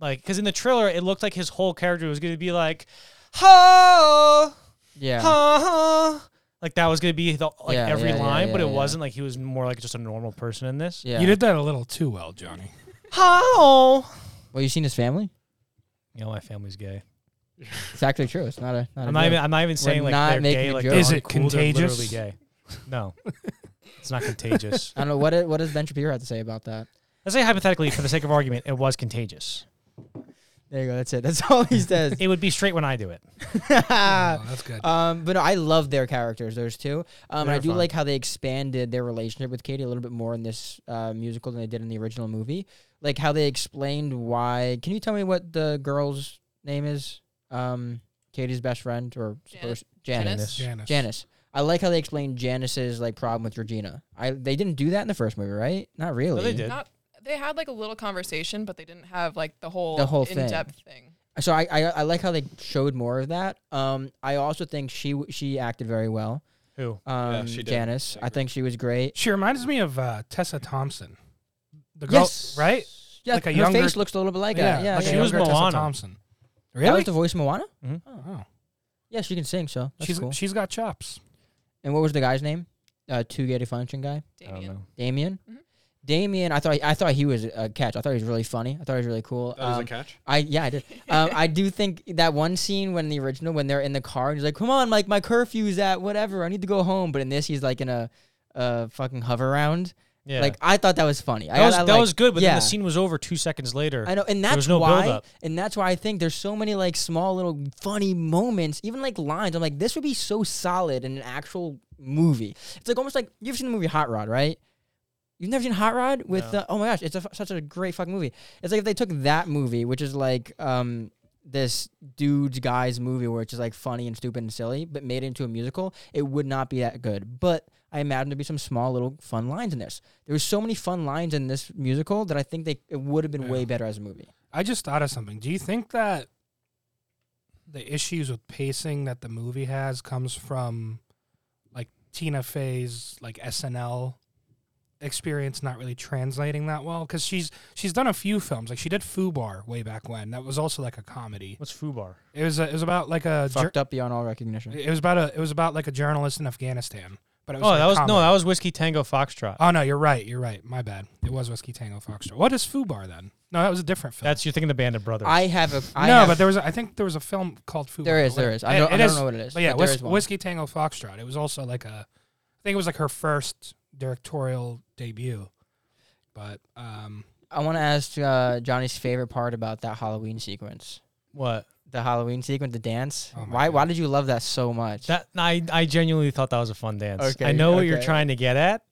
Speaker 1: like because in the trailer it looked like his whole character was going to be like, ho,
Speaker 2: Yeah.
Speaker 1: ho, like that was going to be the, like
Speaker 2: Yeah,
Speaker 1: every
Speaker 2: yeah, yeah,
Speaker 1: line, but
Speaker 2: yeah,
Speaker 1: it
Speaker 2: yeah.
Speaker 1: wasn't like he was more like just a normal person in this.
Speaker 2: Yeah.
Speaker 4: You did that a little too well, Johnny.
Speaker 1: Ho.
Speaker 2: Well, you seen his family?
Speaker 1: You know, my family's gay.
Speaker 2: It's actually true. It's not a. Not a
Speaker 1: I'm not even.
Speaker 2: joke.
Speaker 1: I'm not even saying like
Speaker 2: not
Speaker 1: they're
Speaker 2: making
Speaker 1: gay.
Speaker 2: a
Speaker 1: Like
Speaker 2: joke.
Speaker 1: they're
Speaker 4: Is it
Speaker 1: uncool, they're literally
Speaker 4: contagious?
Speaker 1: Gay. No, it's not contagious.
Speaker 2: I don't know what it, what does Ben Shapiro have to say about that.
Speaker 1: Let's say hypothetically, for the sake of argument, it was contagious.
Speaker 2: There you go. That's it. That's all he says.
Speaker 1: It would be straight when I do it.
Speaker 3: Uh,
Speaker 4: Oh, that's good.
Speaker 2: um, but no, I love their characters. Those two. Um, and
Speaker 1: They're
Speaker 2: I do
Speaker 1: fun.
Speaker 2: like how they expanded their relationship with Katie a little bit more in this uh, musical than they did in the original movie. Like how they explained why. Can you tell me what the girl's name is? Um, Katie's best friend or
Speaker 5: Janet.
Speaker 2: Janice.
Speaker 5: Janice.
Speaker 1: Janice.
Speaker 4: Janice.
Speaker 2: Janice. I like how they explained Janice's like problem with Regina. I they didn't do that in the first movie, right? Not really.
Speaker 1: they did.
Speaker 5: Not they had like a little conversation, but they didn't have like the whole
Speaker 2: The whole thing.
Speaker 5: in-depth thing.
Speaker 1: Oh,
Speaker 2: So I, I I like how they showed more of that. Um, I also think she w- she acted very well.
Speaker 1: Who?
Speaker 2: Um,
Speaker 3: Yeah, she did.
Speaker 2: Janice.
Speaker 3: I
Speaker 2: I, think she was great.
Speaker 4: She reminds me of uh, Tessa Thompson, the girl, right?
Speaker 2: Yeah,
Speaker 4: Like a
Speaker 2: her
Speaker 4: younger-
Speaker 2: face looks a little bit like her. Yeah,
Speaker 4: like
Speaker 1: she
Speaker 4: a
Speaker 2: yeah.
Speaker 1: was
Speaker 4: younger Tessa
Speaker 1: Moana.
Speaker 4: Thompson.
Speaker 2: That was the voice of Moana.
Speaker 4: Oh,
Speaker 2: Yeah, she can sing. So that's
Speaker 4: she's
Speaker 2: cool.
Speaker 4: she's got chops.
Speaker 2: and what was the guy's name? Uh, two gay function guy.
Speaker 1: I don't
Speaker 5: Damien.
Speaker 1: know.
Speaker 2: Damien.
Speaker 5: Mhm.
Speaker 2: Damien, I thought I thought he was a catch. I thought he was really funny. I thought he was really cool.
Speaker 3: That was
Speaker 2: Um,
Speaker 3: a catch.
Speaker 2: I yeah, I did. um, I do think that one scene when the original when they're in the car and he's like, "Come on, like my curfew's at whatever. I need to go home." But in this, he's like in a, a fucking hover round.
Speaker 1: Yeah.
Speaker 2: Like I thought that was funny.
Speaker 1: that
Speaker 2: I,
Speaker 1: was,
Speaker 2: I
Speaker 1: that
Speaker 2: like-
Speaker 1: was good, but then
Speaker 2: yeah.
Speaker 1: the scene was over two seconds later.
Speaker 2: I know, and
Speaker 1: There
Speaker 2: that's
Speaker 1: was no
Speaker 2: why,
Speaker 1: buildup.
Speaker 2: and that's why I think there's so many like small little funny moments, even like lines. I'm like, this would be so solid in an actual movie. It's like almost like you've seen the movie Hot Rod, right? You've never seen Hot Rod with
Speaker 1: No.
Speaker 2: the oh my gosh, it's a, fu- such a great fucking movie. It's like if they took that movie, which is like um this dude's guy's movie where it's just like funny and stupid and silly, but made it into a musical, it would not be that good. But I imagine there'd be some small little fun lines in this. There was so many fun lines in this musical that I think they it would have been way better as a movie.
Speaker 4: I just thought of something. Do you think that the issues with pacing that the movie has comes from like Tina Fey's like SNL experience not really translating that well because she's she's done a few films like she did Fubar way back when that was also like a comedy.
Speaker 1: What's Fubar?
Speaker 4: It was a, it was about like a jour-
Speaker 2: Fucked up beyond all recognition.
Speaker 4: it was about a it was about like a journalist in Afghanistan. But it was
Speaker 1: Oh,
Speaker 4: like
Speaker 1: that was
Speaker 4: comedy.
Speaker 1: no, that was Whiskey Tango Foxtrot.
Speaker 4: Oh no, you're right. You're right. My bad. It was Whiskey Tango Foxtrot. What is Fubar then? No, that was a different film.
Speaker 1: That's you're thinking the Band of Brothers.
Speaker 2: I have a I
Speaker 4: no,
Speaker 2: have-
Speaker 4: but there was. A, I think there was a film called Fubar.
Speaker 2: There is,
Speaker 4: Wait,
Speaker 2: there is. I don't- I don't know what it is,
Speaker 4: But yeah,
Speaker 2: but there
Speaker 4: Whis-
Speaker 2: is one.
Speaker 4: Whiskey Tango Foxtrot. It was also like a. I think it was like her first directorial debut. But um,
Speaker 2: I want to ask uh, Johnny's favorite part about that Halloween sequence.
Speaker 1: what?
Speaker 2: The Halloween sequence, the dance.
Speaker 4: Oh my
Speaker 2: why
Speaker 4: God.
Speaker 2: why did you love that so much?
Speaker 1: That I I genuinely thought that was a fun dance. I
Speaker 2: Okay,
Speaker 1: know what you're
Speaker 2: okay.
Speaker 1: trying to get at,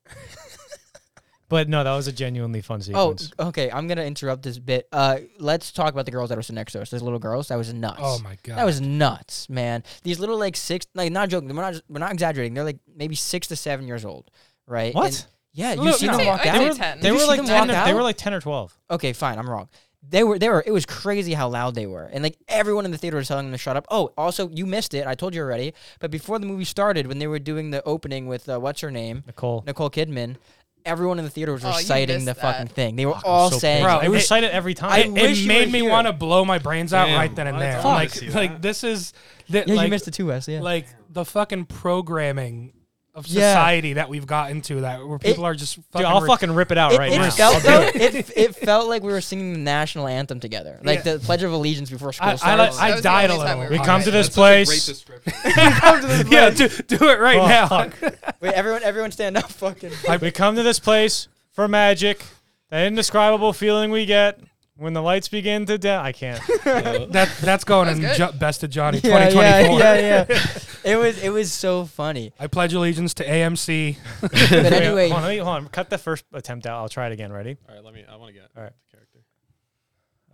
Speaker 1: but no, that was a genuinely fun
Speaker 2: oh,
Speaker 1: sequence.
Speaker 2: okay. I'm gonna interrupt this bit. Uh, let's talk about the girls that were sitting next to us. Those little girls. That was nuts.
Speaker 4: oh my god,
Speaker 2: That was nuts, man. These little like six, like not joking. We're not we're not exaggerating. They're like maybe six to seven years old, right?
Speaker 1: What?
Speaker 2: And- yeah, you
Speaker 1: Look,
Speaker 2: see
Speaker 1: no.
Speaker 2: them
Speaker 5: I'd say-
Speaker 2: walk
Speaker 5: I'd
Speaker 2: out.
Speaker 5: say
Speaker 1: They were,
Speaker 5: 10.
Speaker 1: they
Speaker 2: Did
Speaker 1: were
Speaker 2: you see
Speaker 1: like
Speaker 2: them
Speaker 1: 10
Speaker 2: walk
Speaker 1: or, they
Speaker 2: out?
Speaker 1: were like 10 or 12.
Speaker 2: Okay, fine, I'm wrong. They were they were it was crazy how loud they were. And like everyone in the theater was telling them to shut up. Oh, also you missed it. I told you already. But before the movie started when they were doing the opening with uh, what's her name?
Speaker 1: Nicole.
Speaker 2: Nicole Kidman, everyone in the theater was
Speaker 5: Oh, you
Speaker 2: reciting the
Speaker 5: missed
Speaker 2: fucking
Speaker 5: that.
Speaker 2: thing. They were
Speaker 1: Fuck, I'm
Speaker 2: all
Speaker 1: so
Speaker 2: saying
Speaker 1: pissed.
Speaker 4: Bro,
Speaker 1: I
Speaker 4: it-
Speaker 1: recite it every time.
Speaker 2: I
Speaker 4: It,
Speaker 2: wish
Speaker 4: it
Speaker 2: you
Speaker 4: made
Speaker 2: were
Speaker 4: me
Speaker 2: here.
Speaker 4: want to blow my brains out
Speaker 3: Damn,
Speaker 4: right then and
Speaker 3: I
Speaker 4: there.
Speaker 3: thought I
Speaker 4: Like,
Speaker 3: see
Speaker 4: like
Speaker 3: that.
Speaker 4: this is that
Speaker 2: Yeah,
Speaker 4: like
Speaker 2: you missed it too, Wes. Yeah.
Speaker 4: like the fucking programming of
Speaker 2: Yeah.
Speaker 4: society that we've gotten to that where people are just fucking
Speaker 1: Dude, I'll
Speaker 4: re-
Speaker 1: fucking rip it out
Speaker 2: it,
Speaker 1: right
Speaker 2: it
Speaker 1: now.
Speaker 2: felt
Speaker 1: I'll do
Speaker 2: though, it, it felt like we were singing the national anthem together, like
Speaker 4: Yeah.
Speaker 2: the Pledge of Allegiance before school
Speaker 4: I, I,
Speaker 2: starts.
Speaker 4: I
Speaker 5: That was the
Speaker 4: died a
Speaker 5: only
Speaker 4: little.
Speaker 5: time we were
Speaker 1: We
Speaker 5: All
Speaker 1: come
Speaker 5: right,
Speaker 1: to this
Speaker 3: That's such a
Speaker 1: place.
Speaker 3: great description.
Speaker 4: yeah, do, do it right
Speaker 1: Oh,
Speaker 4: now.
Speaker 1: fuck.
Speaker 2: Wait, everyone, everyone, stand up, fucking.
Speaker 1: we come to this place for magic. That indescribable feeling we get when the lights begin to down. I can't.
Speaker 4: That that's going
Speaker 5: That
Speaker 4: in
Speaker 5: was
Speaker 4: jo- best of Johnny
Speaker 2: Yeah,
Speaker 4: 2024.
Speaker 2: yeah, yeah, yeah. it was it was so funny.
Speaker 4: I pledge allegiance to AMC.
Speaker 2: But
Speaker 1: Wait,
Speaker 2: anyway,
Speaker 1: hold on, wait, hold on. Cut the first attempt out. I'll try it again. Ready?
Speaker 3: All right, let me. I want to get
Speaker 1: All right.
Speaker 3: the character.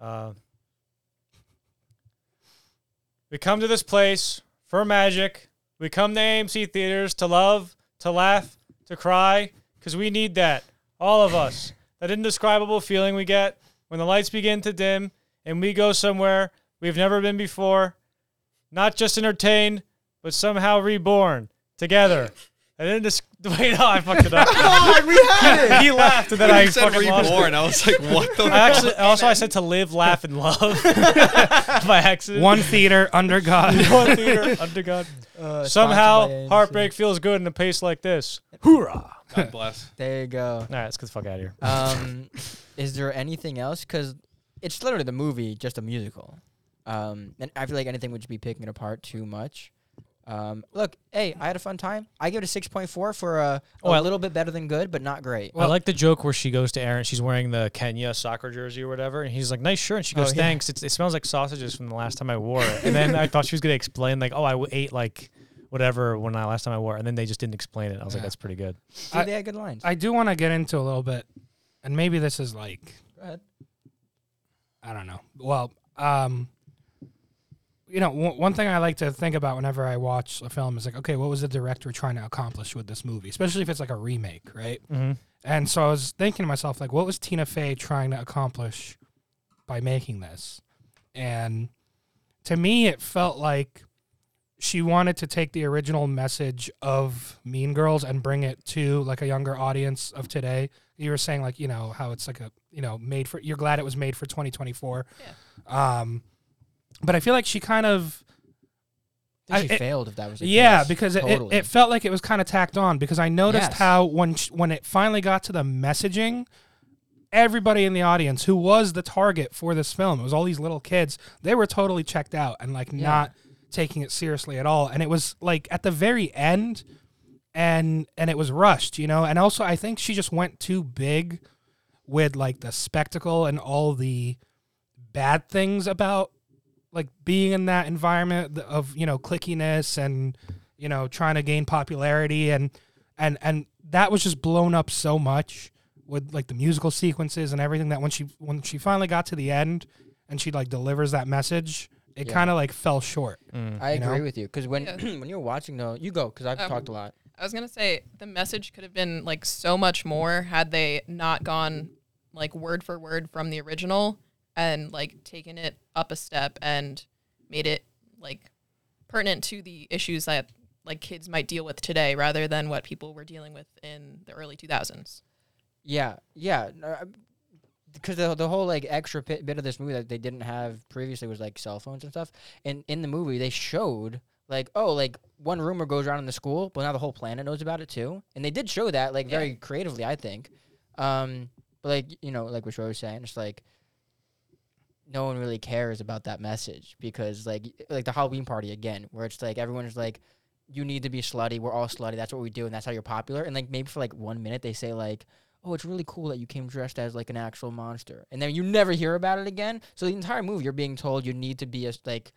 Speaker 1: Uh, we come to this place for magic. We come to AMC theaters to love, to laugh, to cry, because we need that. All of us. That indescribable feeling we get when the lights begin to dim and we go somewhere we've never been before, not just entertained, but somehow reborn together. And then just wait, no, I fucked it up. he laughed and then I
Speaker 3: you said
Speaker 1: fucking lost it.
Speaker 3: reborn. I was like, what the?
Speaker 1: I actually also I said to live, laugh, and love by accident.
Speaker 4: One theater under God.
Speaker 1: One theater under God.
Speaker 2: uh, sponsored
Speaker 1: Somehow
Speaker 2: by
Speaker 1: heartbreak feels good in a pace like this.
Speaker 3: God bless.
Speaker 2: AMC. There you go.
Speaker 1: All right, let's get the fuck out of here.
Speaker 2: Um, is there anything else? Because it's literally the movie, just a musical. Um, and I feel like anything would just be picking it apart too much. Um, look, hey, I had a fun time. I give it a six point four for a, a
Speaker 1: Oh, I-
Speaker 2: little bit better than good, but not great. Oh,
Speaker 1: I like the joke where she goes to Aaron. She's wearing the Kenya soccer jersey or whatever, and he's like, "Nice shirt." And she
Speaker 2: Oh,
Speaker 1: goes,
Speaker 2: yeah.
Speaker 1: "Thanks. It's, it smells like sausages from the last time I wore it." And then I thought she was gonna explain like, "Oh, I w- ate like whatever when I last time I wore," it. and then they just didn't explain it. I was like,
Speaker 4: Yeah.
Speaker 1: "That's pretty good."
Speaker 2: See,
Speaker 4: I-
Speaker 2: they had good lines.
Speaker 4: I do want to get into a little bit, and maybe this is like
Speaker 2: go ahead.
Speaker 4: I don't know. Well, um, you know, one one thing I like to think about whenever I watch a film is like, okay, what was the director trying to accomplish with this movie, especially if it's like a remake, right?
Speaker 1: Mhm.
Speaker 4: And so I was thinking to myself, like, what was Tina Fey trying to accomplish by making this? And to me, it felt like she wanted to take the original message of Mean Girls and bring it to like a younger audience of today. You were saying like, you know, how it's like a, you know, made for, you're glad it was made for 2024. Yeah. Um, but I feel like she kind of,
Speaker 2: I think
Speaker 4: I-
Speaker 2: she
Speaker 4: it-
Speaker 2: failed if that was the
Speaker 4: yeah,
Speaker 2: case.
Speaker 4: because it,
Speaker 2: totally.
Speaker 4: it, it felt like it was kind of tacked on. Because I noticed
Speaker 2: Yes.
Speaker 4: how when sh- when it finally got to the messaging, everybody in the audience who was the target for this film, it was all these little kids. They were totally checked out and like
Speaker 2: Yeah.
Speaker 4: not taking it seriously at all. And it was like at the very end, and and it was rushed, you know. And also, I think she just went too big with like the spectacle and all the bad things about like being in that environment th- of you know clickiness and you know trying to gain popularity and and and that was just blown up so much with like the musical sequences and everything that when she when she finally got to the end and she like delivers that message it
Speaker 2: Yeah.
Speaker 4: kind of like fell short
Speaker 1: Mm.
Speaker 2: I
Speaker 4: you know?
Speaker 2: agree with you because when
Speaker 5: Yeah.
Speaker 2: when you're watching though, you go because I've
Speaker 5: Um,
Speaker 2: talked a lot.
Speaker 5: I was gonna say the message could have been like so much more had they not gone like word for word from the original and like taken it up a step and made it like pertinent to the issues that like kids might deal with today rather than what people were dealing with in the early 2000s.
Speaker 2: Yeah, yeah. Because the, the whole like extra bit, bit of this movie that they didn't have previously was like cell phones and stuff. And in the movie, they showed like oh like one rumor goes around in the school, but now the whole planet knows about it too. And they did show that like
Speaker 5: Yeah.
Speaker 2: very creatively, I think. Um, but like you know like what Troy was saying, it's like no one really cares about that message because like y- like the Halloween party again, where it's like everyone's like you need to be slutty. We're all slutty. That's what we do, and that's how you're popular. And like maybe for like one minute they say like, "Oh, it's really cool that you came dressed as like an actual monster," and then you never hear about it again. So the entire movie, you're being told you need to be as like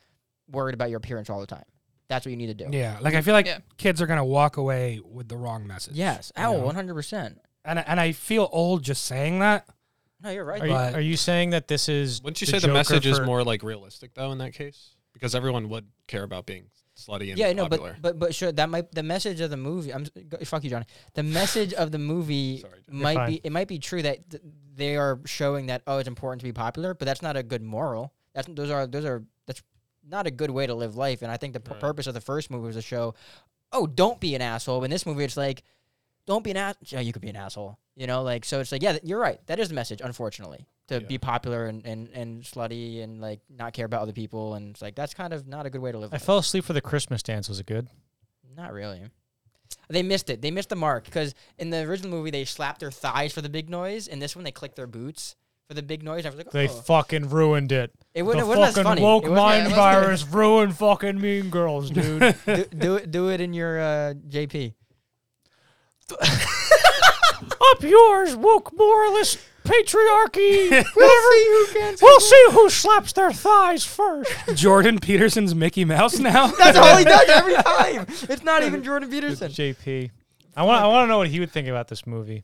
Speaker 2: worried about your appearance all the time. That's what you need to do.
Speaker 4: yeah like i feel like
Speaker 5: Yeah.
Speaker 4: kids are gonna walk away with the wrong message
Speaker 2: Yes.
Speaker 4: you
Speaker 2: Ow.
Speaker 4: know?
Speaker 2: One hundred percent.
Speaker 4: and, I- and i feel old just saying that
Speaker 2: No, you're right.
Speaker 1: Are you,
Speaker 4: But-
Speaker 1: are you saying that this is?
Speaker 3: Wouldn't you
Speaker 1: the
Speaker 3: say the
Speaker 1: Joker
Speaker 3: message is
Speaker 1: for-
Speaker 3: more like realistic though in that case? Because everyone would care about being slutty and
Speaker 2: yeah, no,
Speaker 3: popular.
Speaker 2: but but but sure, that might the message of the movie. I'm s- go, fuck you, Johnny. The message of the movie
Speaker 3: Sorry, Johnny. You're
Speaker 2: might
Speaker 1: fine.
Speaker 2: be it might be true that th- they are showing that oh, it's important to be popular, but that's not a good moral. That's those are those are that's not a good way to live life. And I think the pu-
Speaker 3: Right.
Speaker 2: purpose of the first movie was to show, oh, don't be an asshole. In this movie, it's like, don't be an ass. Yeah, you could be an asshole. You know, like so. It's like yeah, th- you're right. That is the message, unfortunately. To
Speaker 3: Yeah.
Speaker 2: be popular and, and, and slutty and like not care about other people and it's like that's kind of not a good way to live.
Speaker 1: I
Speaker 2: life.
Speaker 1: fell asleep for the Christmas dance. Was it good?
Speaker 2: Not really. They missed it. They missed the mark because in the original movie they slapped their thighs for the big noise, and this one they clicked their boots for the big noise. I was like,
Speaker 1: They
Speaker 2: oh.
Speaker 1: fucking ruined it.
Speaker 2: it
Speaker 1: The
Speaker 2: wouldn't. It wasn't as
Speaker 1: fucking
Speaker 2: funny.
Speaker 1: woke
Speaker 2: it
Speaker 5: yeah, it
Speaker 1: mind
Speaker 5: wasn't-
Speaker 1: virus ruined fucking Mean Girls, dude.
Speaker 2: wasn't- do, do it. Do it in your uh, JP.
Speaker 1: Up yours, woke moralist patriarchy.
Speaker 2: We'll see who can.
Speaker 1: we'll see who slaps their thighs first.
Speaker 4: jordan peterson's mickey mouse now
Speaker 2: That's all he does every time. It's not even Jordan Peterson.
Speaker 1: JP, I want I want to know what he would think about this movie.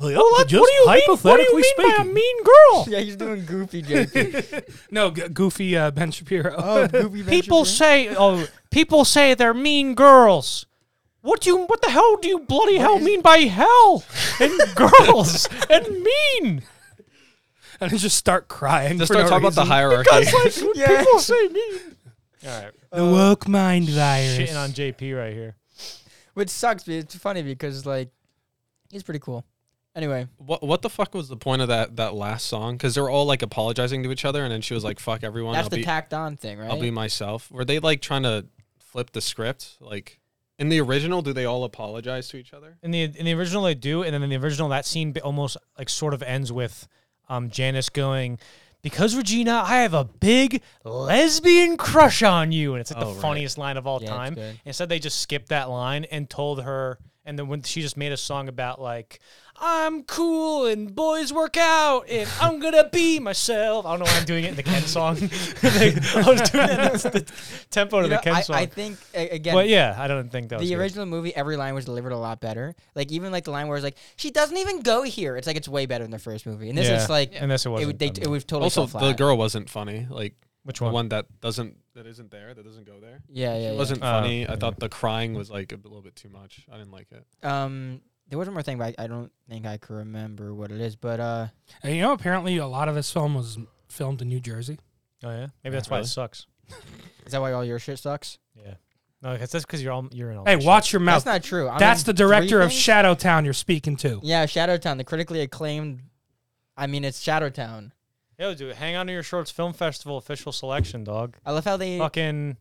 Speaker 4: oh, just hypothetically speaking
Speaker 1: mean girl?
Speaker 2: Yeah, he's doing goofy JP.
Speaker 4: no g- goofy uh, ben shapiro
Speaker 2: Oh, goofy. Ben
Speaker 1: people
Speaker 2: Shapiro.
Speaker 1: say oh people say they're mean girls what do you what the hell do you bloody hell mean by hell and girls and mean
Speaker 4: and I just start crying.
Speaker 3: Just
Speaker 4: for
Speaker 3: start
Speaker 4: no
Speaker 3: talking about the
Speaker 4: reason.
Speaker 3: hierarchy.
Speaker 2: Yeah.
Speaker 1: people say mean all right
Speaker 4: The
Speaker 2: Uh,
Speaker 4: woke mind virus.
Speaker 1: shitting on jp right here
Speaker 2: Which sucks. But it's funny because like he's pretty cool. Anyway,
Speaker 3: what what the fuck was the point of that that last song? Because they were all like apologizing to each other, and then she was like, "Fuck everyone,
Speaker 2: that's
Speaker 3: I'll
Speaker 2: the
Speaker 3: be
Speaker 2: tacked on thing, right?
Speaker 3: I'll be myself." Were they like trying to flip the script? Like in the original, do they all apologize to each other?
Speaker 1: in the in the original they do and then in the original that scene bi- almost like sort of ends with um janice going because Regina, I have a big lesbian crush on you, and it's like
Speaker 3: Oh,
Speaker 1: the
Speaker 3: right.
Speaker 1: funniest line of all
Speaker 2: Yeah, it's
Speaker 1: time.
Speaker 2: good.
Speaker 1: Instead, they just skipped that line and told her, and then when she just made a song about like, "I'm cool and boys work out and I'm gonna be myself." I don't know why I'm doing it in the Ken song. They- I was doing that in the tempo to
Speaker 2: You know,
Speaker 1: the Ken
Speaker 2: I,
Speaker 1: song.
Speaker 2: I think a- again.
Speaker 1: but yeah, I don't think that was
Speaker 2: the
Speaker 1: good.
Speaker 2: original movie, every line was delivered a lot better. Like even like the line where it's like, "She doesn't even go here." It's like it's way better than the first movie. And this
Speaker 1: Yeah.
Speaker 2: is like,
Speaker 1: and this it
Speaker 2: it,
Speaker 1: wasn't.
Speaker 2: would- they,
Speaker 1: that
Speaker 2: it was totally
Speaker 3: Also,
Speaker 2: fell
Speaker 3: the
Speaker 2: flat.
Speaker 3: girl wasn't funny. Like
Speaker 1: Which
Speaker 3: the
Speaker 1: one?
Speaker 3: one that doesn't that isn't there that doesn't go there.
Speaker 2: Yeah, yeah,
Speaker 3: It
Speaker 2: yeah.
Speaker 3: wasn't
Speaker 1: Oh,
Speaker 3: funny. I
Speaker 1: okay.
Speaker 3: thought the crying was like a little bit too much. I didn't like it.
Speaker 2: Um, there was one more thing, but I, I don't think I can remember what it is. But uh,
Speaker 4: And you know, apparently a lot of this film was filmed in New Jersey.
Speaker 1: Oh yeah, maybe that's why
Speaker 3: Really?
Speaker 1: it sucks.
Speaker 2: is that why all your shit sucks?
Speaker 1: Yeah. No, that's because you're all you're in all.
Speaker 4: Hey,
Speaker 1: that
Speaker 4: watch your mouth.
Speaker 2: Oh, That's not true. I'm
Speaker 4: That's
Speaker 2: in
Speaker 4: the director
Speaker 2: three
Speaker 4: of
Speaker 2: things?
Speaker 4: Shadowtown you're speaking to.
Speaker 2: Yeah, Shadowtown, the critically acclaimed. I mean, it's Shadowtown.
Speaker 1: shit. Yo, dude, hang on to your shorts. Film festival official selection, dog.
Speaker 2: I love how they.
Speaker 1: Fucking.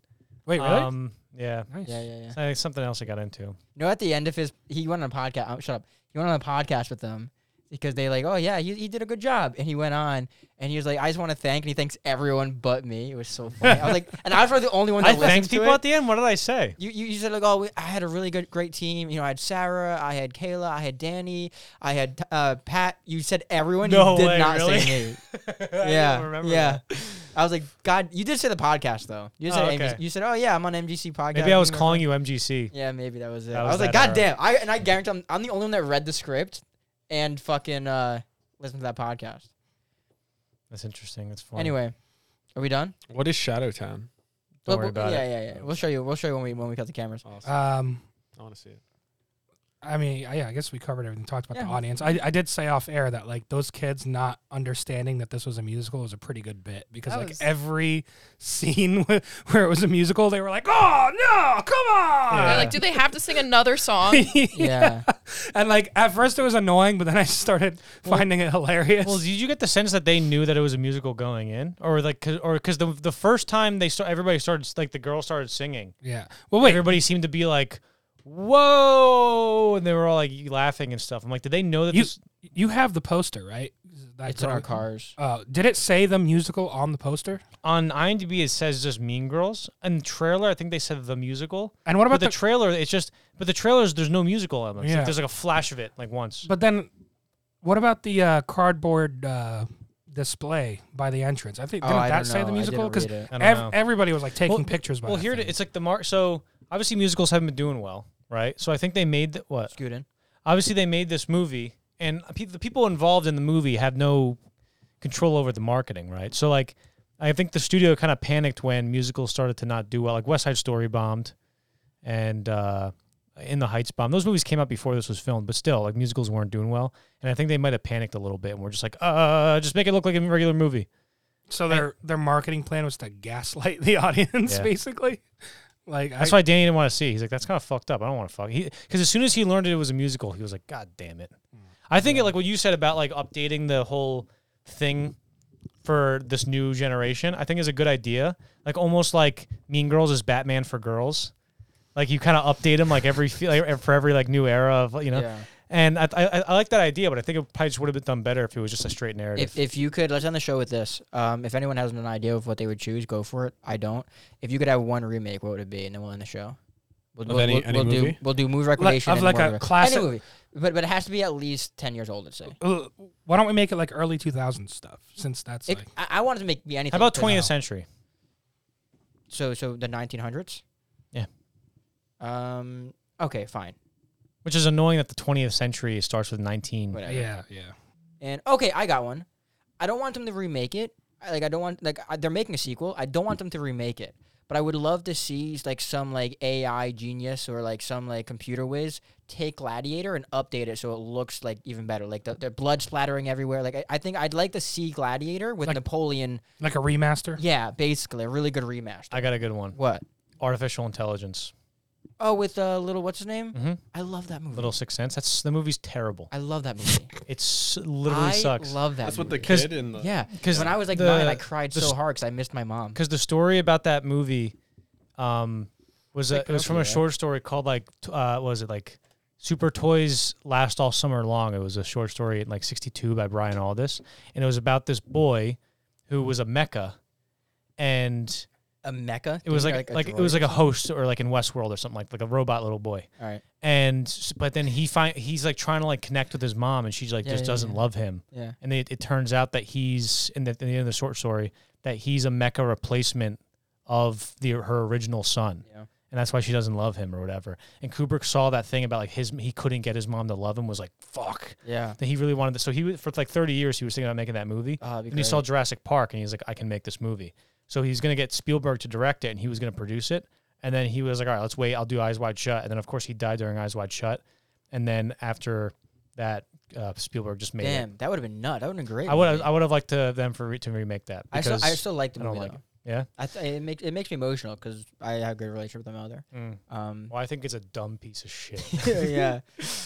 Speaker 4: Wait, really?
Speaker 1: Um. Yeah.
Speaker 4: nice.
Speaker 2: Yeah, yeah, yeah.
Speaker 1: I think something else I got into.
Speaker 2: You know, at the end of his, he went on a podcast. Oh, shut up. He went on a podcast with them because they like, oh yeah, he, he did a good job, and he went on and he was like, I just want to thank, and he thanks everyone but me. It was so funny. I was like, and I was probably the only one that
Speaker 1: I
Speaker 2: listened
Speaker 1: thanked
Speaker 2: to
Speaker 1: people
Speaker 2: it.
Speaker 1: at the end. What did I say?
Speaker 2: You, you, you said like oh we, I had a really good great team you know I had Sarah I had Kayla I had Danny I had uh, Pat you said everyone
Speaker 1: No
Speaker 2: you did
Speaker 1: way,
Speaker 2: not
Speaker 1: really?
Speaker 2: say me
Speaker 1: I
Speaker 2: yeah
Speaker 1: don't remember
Speaker 2: yeah
Speaker 1: that.
Speaker 2: I was like God you did say the podcast though you
Speaker 1: Oh,
Speaker 2: said
Speaker 1: okay.
Speaker 2: MGC you said oh yeah I'm on MGC podcast
Speaker 1: Maybe I was
Speaker 2: remember?"
Speaker 1: calling you MGC.
Speaker 2: yeah maybe that was it
Speaker 1: That
Speaker 2: I
Speaker 1: was
Speaker 2: was like
Speaker 1: that
Speaker 2: God damn I and I guarantee I'm, I'm the only one that read the script and fucking uh listened to that podcast
Speaker 1: That's interesting. That's funny.
Speaker 2: anyway are we done
Speaker 3: What is Shadowtown?
Speaker 1: don't
Speaker 2: Well,
Speaker 1: worry about
Speaker 2: yeah,
Speaker 1: it.
Speaker 2: yeah yeah we'll show you we'll show you when we when we cut the cameras
Speaker 3: Awesome.
Speaker 4: Um,
Speaker 3: I want to see it.
Speaker 4: I mean, I- yeah, I guess we covered everything. Talked about the
Speaker 2: Yeah.
Speaker 4: audience. I, I did say off air that like those kids not understanding that this was a musical was a pretty good bit because
Speaker 5: That
Speaker 4: like
Speaker 5: was-
Speaker 4: every scene wh- where it was a musical, they were like, "Oh no, come on!"
Speaker 1: Yeah.
Speaker 5: They're like, do they have to sing another song?
Speaker 2: yeah
Speaker 4: and like at first it was annoying, but then I started finding it hilarious.
Speaker 1: Well, did you get the sense that they knew that it was a musical going in, or like, 'cause- or because the the first time they start, everybody started like the girl started singing.
Speaker 4: yeah. Well, wait.
Speaker 1: Everybody seemed to be like, "Whoa!" and they were all like laughing and stuff. I'm like, did they know that?
Speaker 4: You
Speaker 1: this
Speaker 4: you have the poster, right? That
Speaker 2: it's in
Speaker 4: girl-
Speaker 2: our cars
Speaker 4: Uh, did it say the musical on the poster?
Speaker 1: on IMDb it says just Mean Girls, and the trailer I think they said the musical.
Speaker 4: And what
Speaker 1: But
Speaker 4: about
Speaker 1: the,
Speaker 4: the?
Speaker 1: trailer, it's just, but the trailers, there's no musical elements. Like,
Speaker 4: Yeah.
Speaker 1: there's like a flash of it, like once.
Speaker 4: but then, what about the uh, cardboard uh, display by the entrance? I think
Speaker 2: Oh,
Speaker 4: didn't
Speaker 2: I
Speaker 4: that
Speaker 2: don't
Speaker 4: say the
Speaker 2: know. I didn't
Speaker 4: musical? Because
Speaker 2: read it.
Speaker 1: I don't know.
Speaker 4: ev- everybody was like taking
Speaker 1: Well-
Speaker 4: pictures. By
Speaker 1: well,
Speaker 4: that
Speaker 1: here it-
Speaker 4: thing.
Speaker 1: it's like the mark. So obviously musicals haven't been doing well, right? So I think they made the, what?
Speaker 2: scoot in
Speaker 1: obviously they made this movie and pe- the people involved in the movie have no control over the marketing right so like i think the studio kind of panicked when musicals started to not do well like west side story bombed and uh, in the heights bombed those movies came out before this was filmed but still like musicals weren't doing well and i think they might have panicked a little bit and we're just like uh just make it look like a regular movie
Speaker 4: so their their marketing plan was to gaslight the audience,
Speaker 1: Yeah.
Speaker 4: basically. Like
Speaker 1: that's
Speaker 4: I,
Speaker 1: why danny didn't want to see it. he's like that's kind of fucked up i don't want to fuck because as soon as he learned it, it was a musical he was like god damn it I think it, like what you said about like updating the whole thing for this new generation, I think is a good idea. Like almost like Mean Girls is Batman for girls. Like you kind of update them like every fe- like, for every like new era of you know.
Speaker 2: yeah.
Speaker 1: And I, I I like that idea, but I think it probably just would have been done better if it was just a straight narrative.
Speaker 2: If, if you could, let's end the show with this. Um, if anyone has an idea of what they would choose, go for it. I don't. If you could have one remake, what would it be? And then we'll end the show. We'll,
Speaker 3: Of any- any
Speaker 2: we'll do
Speaker 3: movie?
Speaker 2: we'll do movie recommendation
Speaker 4: of
Speaker 2: and
Speaker 4: like
Speaker 2: one
Speaker 4: a
Speaker 2: rec-
Speaker 4: classic-
Speaker 2: any movie, but but it has to be at least ten years old. I'd say.
Speaker 4: uh, why don't we make it like early 2000s stuff? Since that's
Speaker 2: It,
Speaker 4: like
Speaker 2: I, I wanted to make be anything.
Speaker 1: How about
Speaker 2: but-
Speaker 1: 20th century?
Speaker 2: So so the nineteen hundreds.
Speaker 1: Yeah.
Speaker 2: Um. Okay. Fine.
Speaker 1: Which is annoying that the 20th century starts with 19.
Speaker 2: Whatever.
Speaker 4: yeah, yeah.
Speaker 2: And okay, I got one. I don't want them to remake it. I, like I don't want like I, they're making a sequel. I don't want them to remake it. But I would love to see like some like AI genius or like some like computer whiz take Gladiator and update it so it looks like even better. Like the, the blood splattering everywhere. Like I, I think I'd like to see Gladiator with
Speaker 4: Like-
Speaker 2: Napoleon.
Speaker 4: Like a remaster.
Speaker 2: Yeah, basically a really good remaster.
Speaker 1: I got a good one.
Speaker 2: What?
Speaker 1: Artificial intelligence.
Speaker 2: Oh, with uh, little what's his name?
Speaker 1: hmm
Speaker 2: I love that movie.
Speaker 1: Little Sixth Sense. That's the movie's terrible.
Speaker 2: I love that movie.
Speaker 1: It's literally
Speaker 2: I
Speaker 1: sucks.
Speaker 2: Love that.
Speaker 3: That's what the
Speaker 2: movie.
Speaker 1: 'Cause-
Speaker 3: kid in the uh,
Speaker 2: yeah.
Speaker 1: 'Cause
Speaker 2: Because when I was like
Speaker 1: the-
Speaker 2: nine, I cried
Speaker 1: the
Speaker 2: so
Speaker 1: s-
Speaker 2: hard because I missed my mom.
Speaker 1: because the story about that movie um was a, it was from a
Speaker 2: Pinocchio,
Speaker 1: short story called like t- uh was it like super toys last all summer long it was a short story in like 62 by brian aldous and it was about this boy who was a mecca and
Speaker 2: A mecca.
Speaker 1: it was
Speaker 2: Didn't
Speaker 1: like
Speaker 2: you
Speaker 1: like
Speaker 2: a
Speaker 1: it was like
Speaker 2: droid?
Speaker 1: a host or like in westworld or something like like a robot little boy
Speaker 2: All right.
Speaker 1: and s- but then he find he's like trying to like connect with his mom and she's like
Speaker 2: Yeah,
Speaker 1: just
Speaker 2: yeah,
Speaker 1: doesn't
Speaker 2: yeah.
Speaker 1: love him
Speaker 2: Yeah.
Speaker 1: and it, it turns out that he's in the, in the end of the short story that he's a mecha replacement of the her original son
Speaker 2: Yeah.
Speaker 1: and that's why she doesn't love him or whatever and kubrick saw that thing about like his he couldn't get his mom to love him was like fuck
Speaker 2: Yeah.
Speaker 1: that he really wanted this so he was- for like 30 years he was thinking about making that movie
Speaker 2: Uh,
Speaker 1: and he saw jurassic park and he's like i can make this movie So he's going to get Spielberg to direct it, and he was going to produce it. And then he was like, "All right, let's wait. I'll do Eyes Wide Shut." And then, of course, he died during Eyes Wide Shut. And then after that, uh, Spielberg just made it.
Speaker 2: Damn, that would have been nuts. That would have been great.
Speaker 1: I would
Speaker 2: movie.
Speaker 1: I would have liked to, them for re- to remake that
Speaker 2: I still,
Speaker 1: because
Speaker 2: I still like the
Speaker 1: I
Speaker 2: movie.
Speaker 1: don't like it. Yeah.
Speaker 2: I th- it makes it makes me emotional because I have a great relationship with my mother.
Speaker 1: Mm.
Speaker 2: Um,
Speaker 1: Well, I think it's a dumb piece of shit.
Speaker 2: yeah.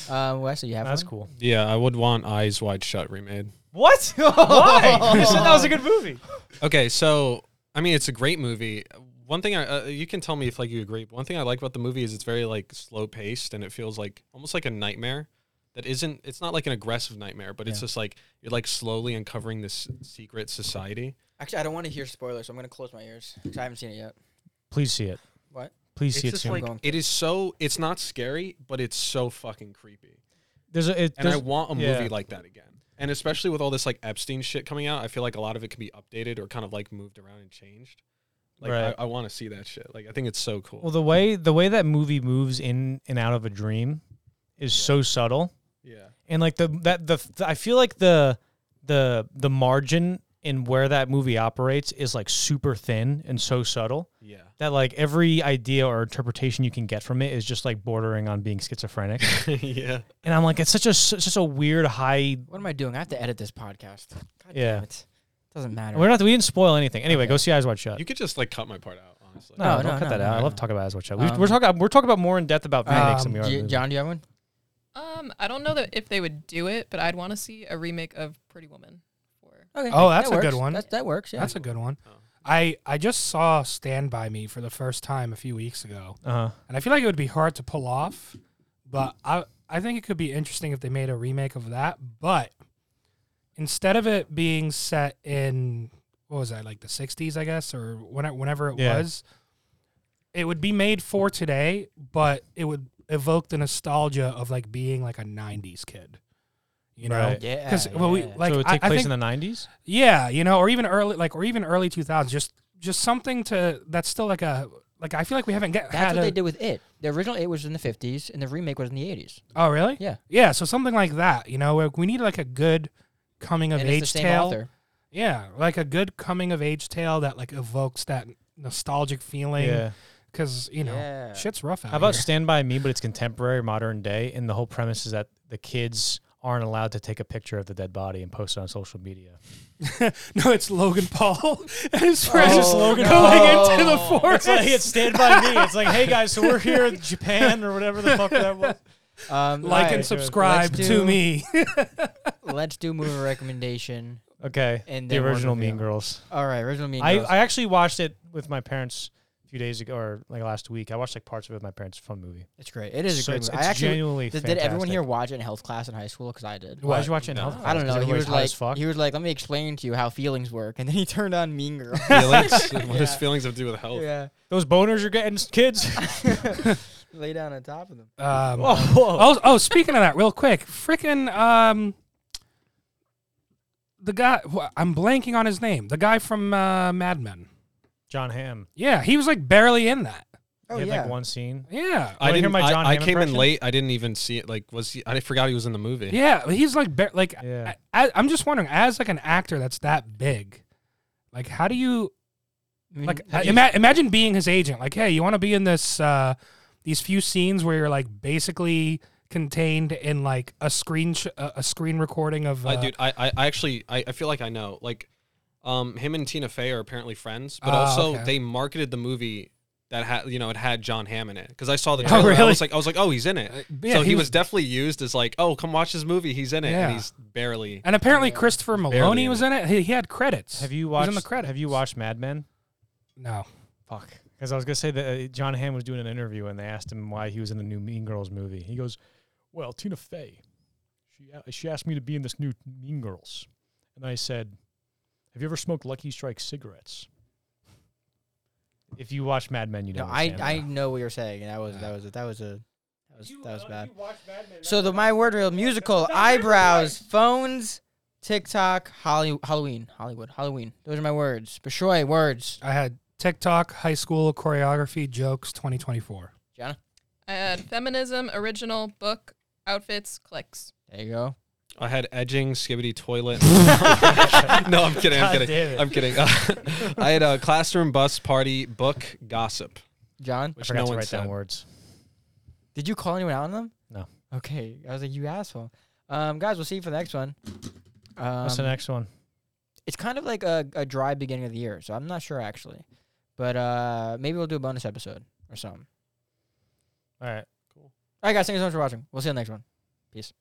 Speaker 2: Um, Wesley, you have
Speaker 1: That's
Speaker 2: one?
Speaker 1: cool.
Speaker 3: Yeah, I would want Eyes Wide Shut remade.
Speaker 1: What? Why? You said that was a good movie.
Speaker 3: Okay, so I mean, it's a great movie. One thing I uh, you can tell me if like you agree. But one thing I like about the movie is it's very like slow paced and it feels like almost like a nightmare. That isn't. It's not like an aggressive nightmare, but it's
Speaker 1: Yeah.
Speaker 3: just like you're like slowly uncovering this secret society.
Speaker 2: Actually, I don't want to hear spoilers, so I'm gonna close my ears because I haven't seen it yet.
Speaker 1: Please see it.
Speaker 2: What?
Speaker 1: Please
Speaker 3: It's
Speaker 1: see it
Speaker 3: just
Speaker 1: soon.
Speaker 3: like
Speaker 2: Going
Speaker 3: it is so. It's not scary, but it's so fucking creepy.
Speaker 1: there's a it,
Speaker 3: And I
Speaker 1: there's-
Speaker 3: want a
Speaker 1: yeah.
Speaker 3: movie like that again. And especially with all this like Epstein shit coming out, I feel like a lot of it can be updated or kind of like moved around and changed. Like
Speaker 1: Right.
Speaker 3: I, I want to see that shit. Like I think it's so cool.
Speaker 1: well the way the way that movie moves in and out of a dream is so subtle
Speaker 3: yeah.
Speaker 1: and like the that the I feel like the the the margin in where that movie operates is like super thin and so subtle
Speaker 3: Yeah.
Speaker 1: that like every idea or interpretation you can get from it is just like bordering on being schizophrenic
Speaker 3: yeah.
Speaker 1: and I'm like it's such a such such a weird high
Speaker 2: What am I doing? I have to edit this podcast. God
Speaker 1: Yeah.
Speaker 2: damn it. Doesn't matter.
Speaker 1: we're not we didn't spoil anything anyway go
Speaker 2: Okay. Oh,
Speaker 1: see Eyes Wide Shut
Speaker 3: You could just like cut my part out, honestly.
Speaker 1: No, don't
Speaker 2: No, no,
Speaker 1: cut
Speaker 2: no,
Speaker 1: that out.
Speaker 2: no,
Speaker 1: I love
Speaker 2: no.
Speaker 1: talking about Eyes Wide Shut. We,
Speaker 2: Um,
Speaker 1: we're talking. We're talking about more in depth about remakes than
Speaker 2: Um,
Speaker 1: we are.
Speaker 2: do you-
Speaker 1: movies.
Speaker 2: John, do you have one?
Speaker 5: Um, I don't know that if they would do it, but I'd want to see a remake of Pretty Woman. For
Speaker 2: Okay.
Speaker 4: Oh, that's
Speaker 2: that
Speaker 4: a good
Speaker 2: works.
Speaker 4: one.
Speaker 2: That, that works. Yeah.
Speaker 4: That's a good one.
Speaker 3: Oh.
Speaker 4: I, I just saw Stand By Me for the first time a few weeks ago,
Speaker 1: uh-huh.
Speaker 4: and I feel like it would be hard to pull off, but I, I think it could be interesting if they made a remake of that. But instead of it being set in, what was that, like the 60s, I guess, or when, whenever it
Speaker 1: Yeah.
Speaker 4: was, it would be made for today, but it would evoke the nostalgia of like being like a 90s kid. You know,
Speaker 1: Right.
Speaker 2: Yeah.
Speaker 4: because well, we
Speaker 2: yeah.
Speaker 4: like
Speaker 1: so it would
Speaker 4: I-
Speaker 1: take
Speaker 4: I
Speaker 1: place
Speaker 4: think-
Speaker 1: in the 90s.
Speaker 4: yeah, you know, or even early like or even early 2000s just just something to that's still like a like I feel like we haven't get,
Speaker 2: that's
Speaker 4: had
Speaker 2: what
Speaker 4: a
Speaker 2: they did with it. The original it was in the 50s, and the remake was in the 80s.
Speaker 4: Oh, really?
Speaker 2: Yeah.
Speaker 4: Yeah, so something like that, you know, like we need like a good coming of
Speaker 2: and
Speaker 4: age
Speaker 2: it's the same
Speaker 4: tale.
Speaker 2: author.
Speaker 4: Yeah, like a good coming of age tale that like evokes that nostalgic feeling
Speaker 1: Yeah.
Speaker 4: cuz, you know,
Speaker 2: Yeah.
Speaker 4: shit's rough out
Speaker 1: How about
Speaker 4: here.
Speaker 1: Stand By Me, but it's contemporary, modern day, and the whole premise is that the kids aren't allowed to take a picture of the dead body and post it on social media.
Speaker 4: No, it's Logan Paul and his friends
Speaker 2: Just Logan
Speaker 4: going
Speaker 2: Paul.
Speaker 4: into the
Speaker 2: Oh, It's
Speaker 4: forest.
Speaker 1: Stand By Me. It's like, hey guys, so we're here in Japan or whatever the fuck that was.
Speaker 2: Um,
Speaker 4: like
Speaker 2: alright,
Speaker 4: and subscribe
Speaker 2: Let's
Speaker 4: to
Speaker 2: do-
Speaker 4: me.
Speaker 2: Let's do movie recommendation.
Speaker 1: Okay.
Speaker 2: And
Speaker 1: the
Speaker 2: then we'll
Speaker 1: original Mean
Speaker 2: reveal.
Speaker 1: Girls.
Speaker 2: All right, original Mean
Speaker 1: I,
Speaker 2: Girls.
Speaker 1: I actually watched it with my parents a few days ago or like last week. I watched like parts of it with my parents. Fun movie.
Speaker 2: it's great. It is a
Speaker 1: So
Speaker 2: great
Speaker 1: it's,
Speaker 2: movie.
Speaker 1: it's
Speaker 2: I actually
Speaker 1: genuinely
Speaker 2: Did,
Speaker 1: fantastic.
Speaker 2: did everyone here watch it in health class in high school? Because I did.
Speaker 1: Why did you watch it in
Speaker 3: No.
Speaker 1: health class?
Speaker 2: I don't
Speaker 1: 'Cause
Speaker 2: know. He
Speaker 1: everybody's
Speaker 2: was
Speaker 1: hot as
Speaker 2: like,
Speaker 1: fuck?
Speaker 2: he was like, let me explain to you how feelings work, and then he turned on Mean Girls.
Speaker 3: Feelings? what does
Speaker 2: Yeah.
Speaker 3: feelings have to do with health?
Speaker 2: yeah,
Speaker 1: Those boners you're getting, kids.
Speaker 2: lay down on top of them.
Speaker 4: Um,
Speaker 1: Whoa, whoa.
Speaker 4: Oh, oh, speaking of that, real quick, freaking um, the guy wh- I'm blanking on his name. The guy from uh, Mad Men.
Speaker 1: John Hamm.
Speaker 4: Yeah, he was like barely in that.
Speaker 2: Oh
Speaker 1: he had
Speaker 2: yeah.
Speaker 1: like one scene.
Speaker 4: Yeah,
Speaker 1: Wanna
Speaker 3: I
Speaker 1: hear
Speaker 3: didn't.
Speaker 1: my John
Speaker 3: I, I
Speaker 1: Hamm
Speaker 3: came in
Speaker 1: impression?
Speaker 3: late. I didn't even see it. Like, was he? I forgot he was in the movie.
Speaker 4: yeah, he's like bar- like
Speaker 1: Yeah.
Speaker 4: I, I, am just wondering, as like an actor that's that big, like how do you
Speaker 2: I mean,
Speaker 4: like
Speaker 2: have you-
Speaker 4: ima- imagine being his agent? Like, hey, you want to be in this uh, these few scenes where you're like basically contained in like a screen sh- a, a screen recording of uh,
Speaker 3: I, Oh, dude, I, I, I actually, I, I feel like I know. Like, um, him and Tina Fey are apparently friends, but
Speaker 4: Ah,
Speaker 3: also
Speaker 4: okay.
Speaker 3: they marketed the movie that had, you know, it had John Hamm in it because I saw the
Speaker 4: Oh,
Speaker 3: trailer. I
Speaker 4: really?
Speaker 3: was like, I was like, oh, he's in it.
Speaker 4: uh, yeah,
Speaker 3: so
Speaker 4: he
Speaker 3: he, was,
Speaker 4: was-
Speaker 3: definitely used as like, oh, come watch his movie. He's in it,
Speaker 4: Yeah.
Speaker 3: and he's barely.
Speaker 4: And apparently, Christopher
Speaker 3: Barely
Speaker 4: Maloney
Speaker 3: in
Speaker 4: was in it. He, he had credits.
Speaker 1: Have you
Speaker 4: He was
Speaker 1: watched
Speaker 4: in the credits?
Speaker 1: Have you watched Mad Men?
Speaker 4: No.
Speaker 1: Fuck. Because I was gonna say that uh, John Hamm was doing an interview and they asked him why he was in the new Mean Girls movie. He goes, "Well, Tina Fey, she a- she asked me to be in this new Mean Girls," and I said, "Have you ever smoked Lucky Strike cigarettes?" If you watch Mad Men, you know.
Speaker 2: no, I I know what you're saying, and that was that was that was a that was that was bad. So the My Word Reel musical, eyebrows, phones, TikTok, Holly, Halloween, Hollywood, Halloween. Those are my words. Beshoy words.
Speaker 4: I had TikTok, high school choreography, jokes, 2024.
Speaker 2: Gianna,
Speaker 5: I had feminism, original book, outfits, clicks.
Speaker 2: there you go.
Speaker 3: I had edging, skibbity toilet. no, I'm kidding.
Speaker 1: God
Speaker 3: I'm
Speaker 1: damn
Speaker 3: kidding.
Speaker 1: it.
Speaker 3: I'm kidding. I had uh, a classroom, bus, party, book, gossip,
Speaker 2: John,
Speaker 1: I
Speaker 3: which
Speaker 1: forgot
Speaker 3: no
Speaker 1: to
Speaker 3: one
Speaker 1: write
Speaker 3: said.
Speaker 1: down words.
Speaker 2: did you call anyone out on them?
Speaker 1: No.
Speaker 2: Okay. I was like, you asshole. Um, guys, we'll see you for the next one. Um,
Speaker 1: What's the next one?
Speaker 2: It's kind of like a, a dry beginning of the year, so I'm not sure actually, but uh, maybe we'll do a bonus episode or something.
Speaker 1: All right.
Speaker 2: All right, guys, thank you so much for watching. We'll see you on the next one. Peace.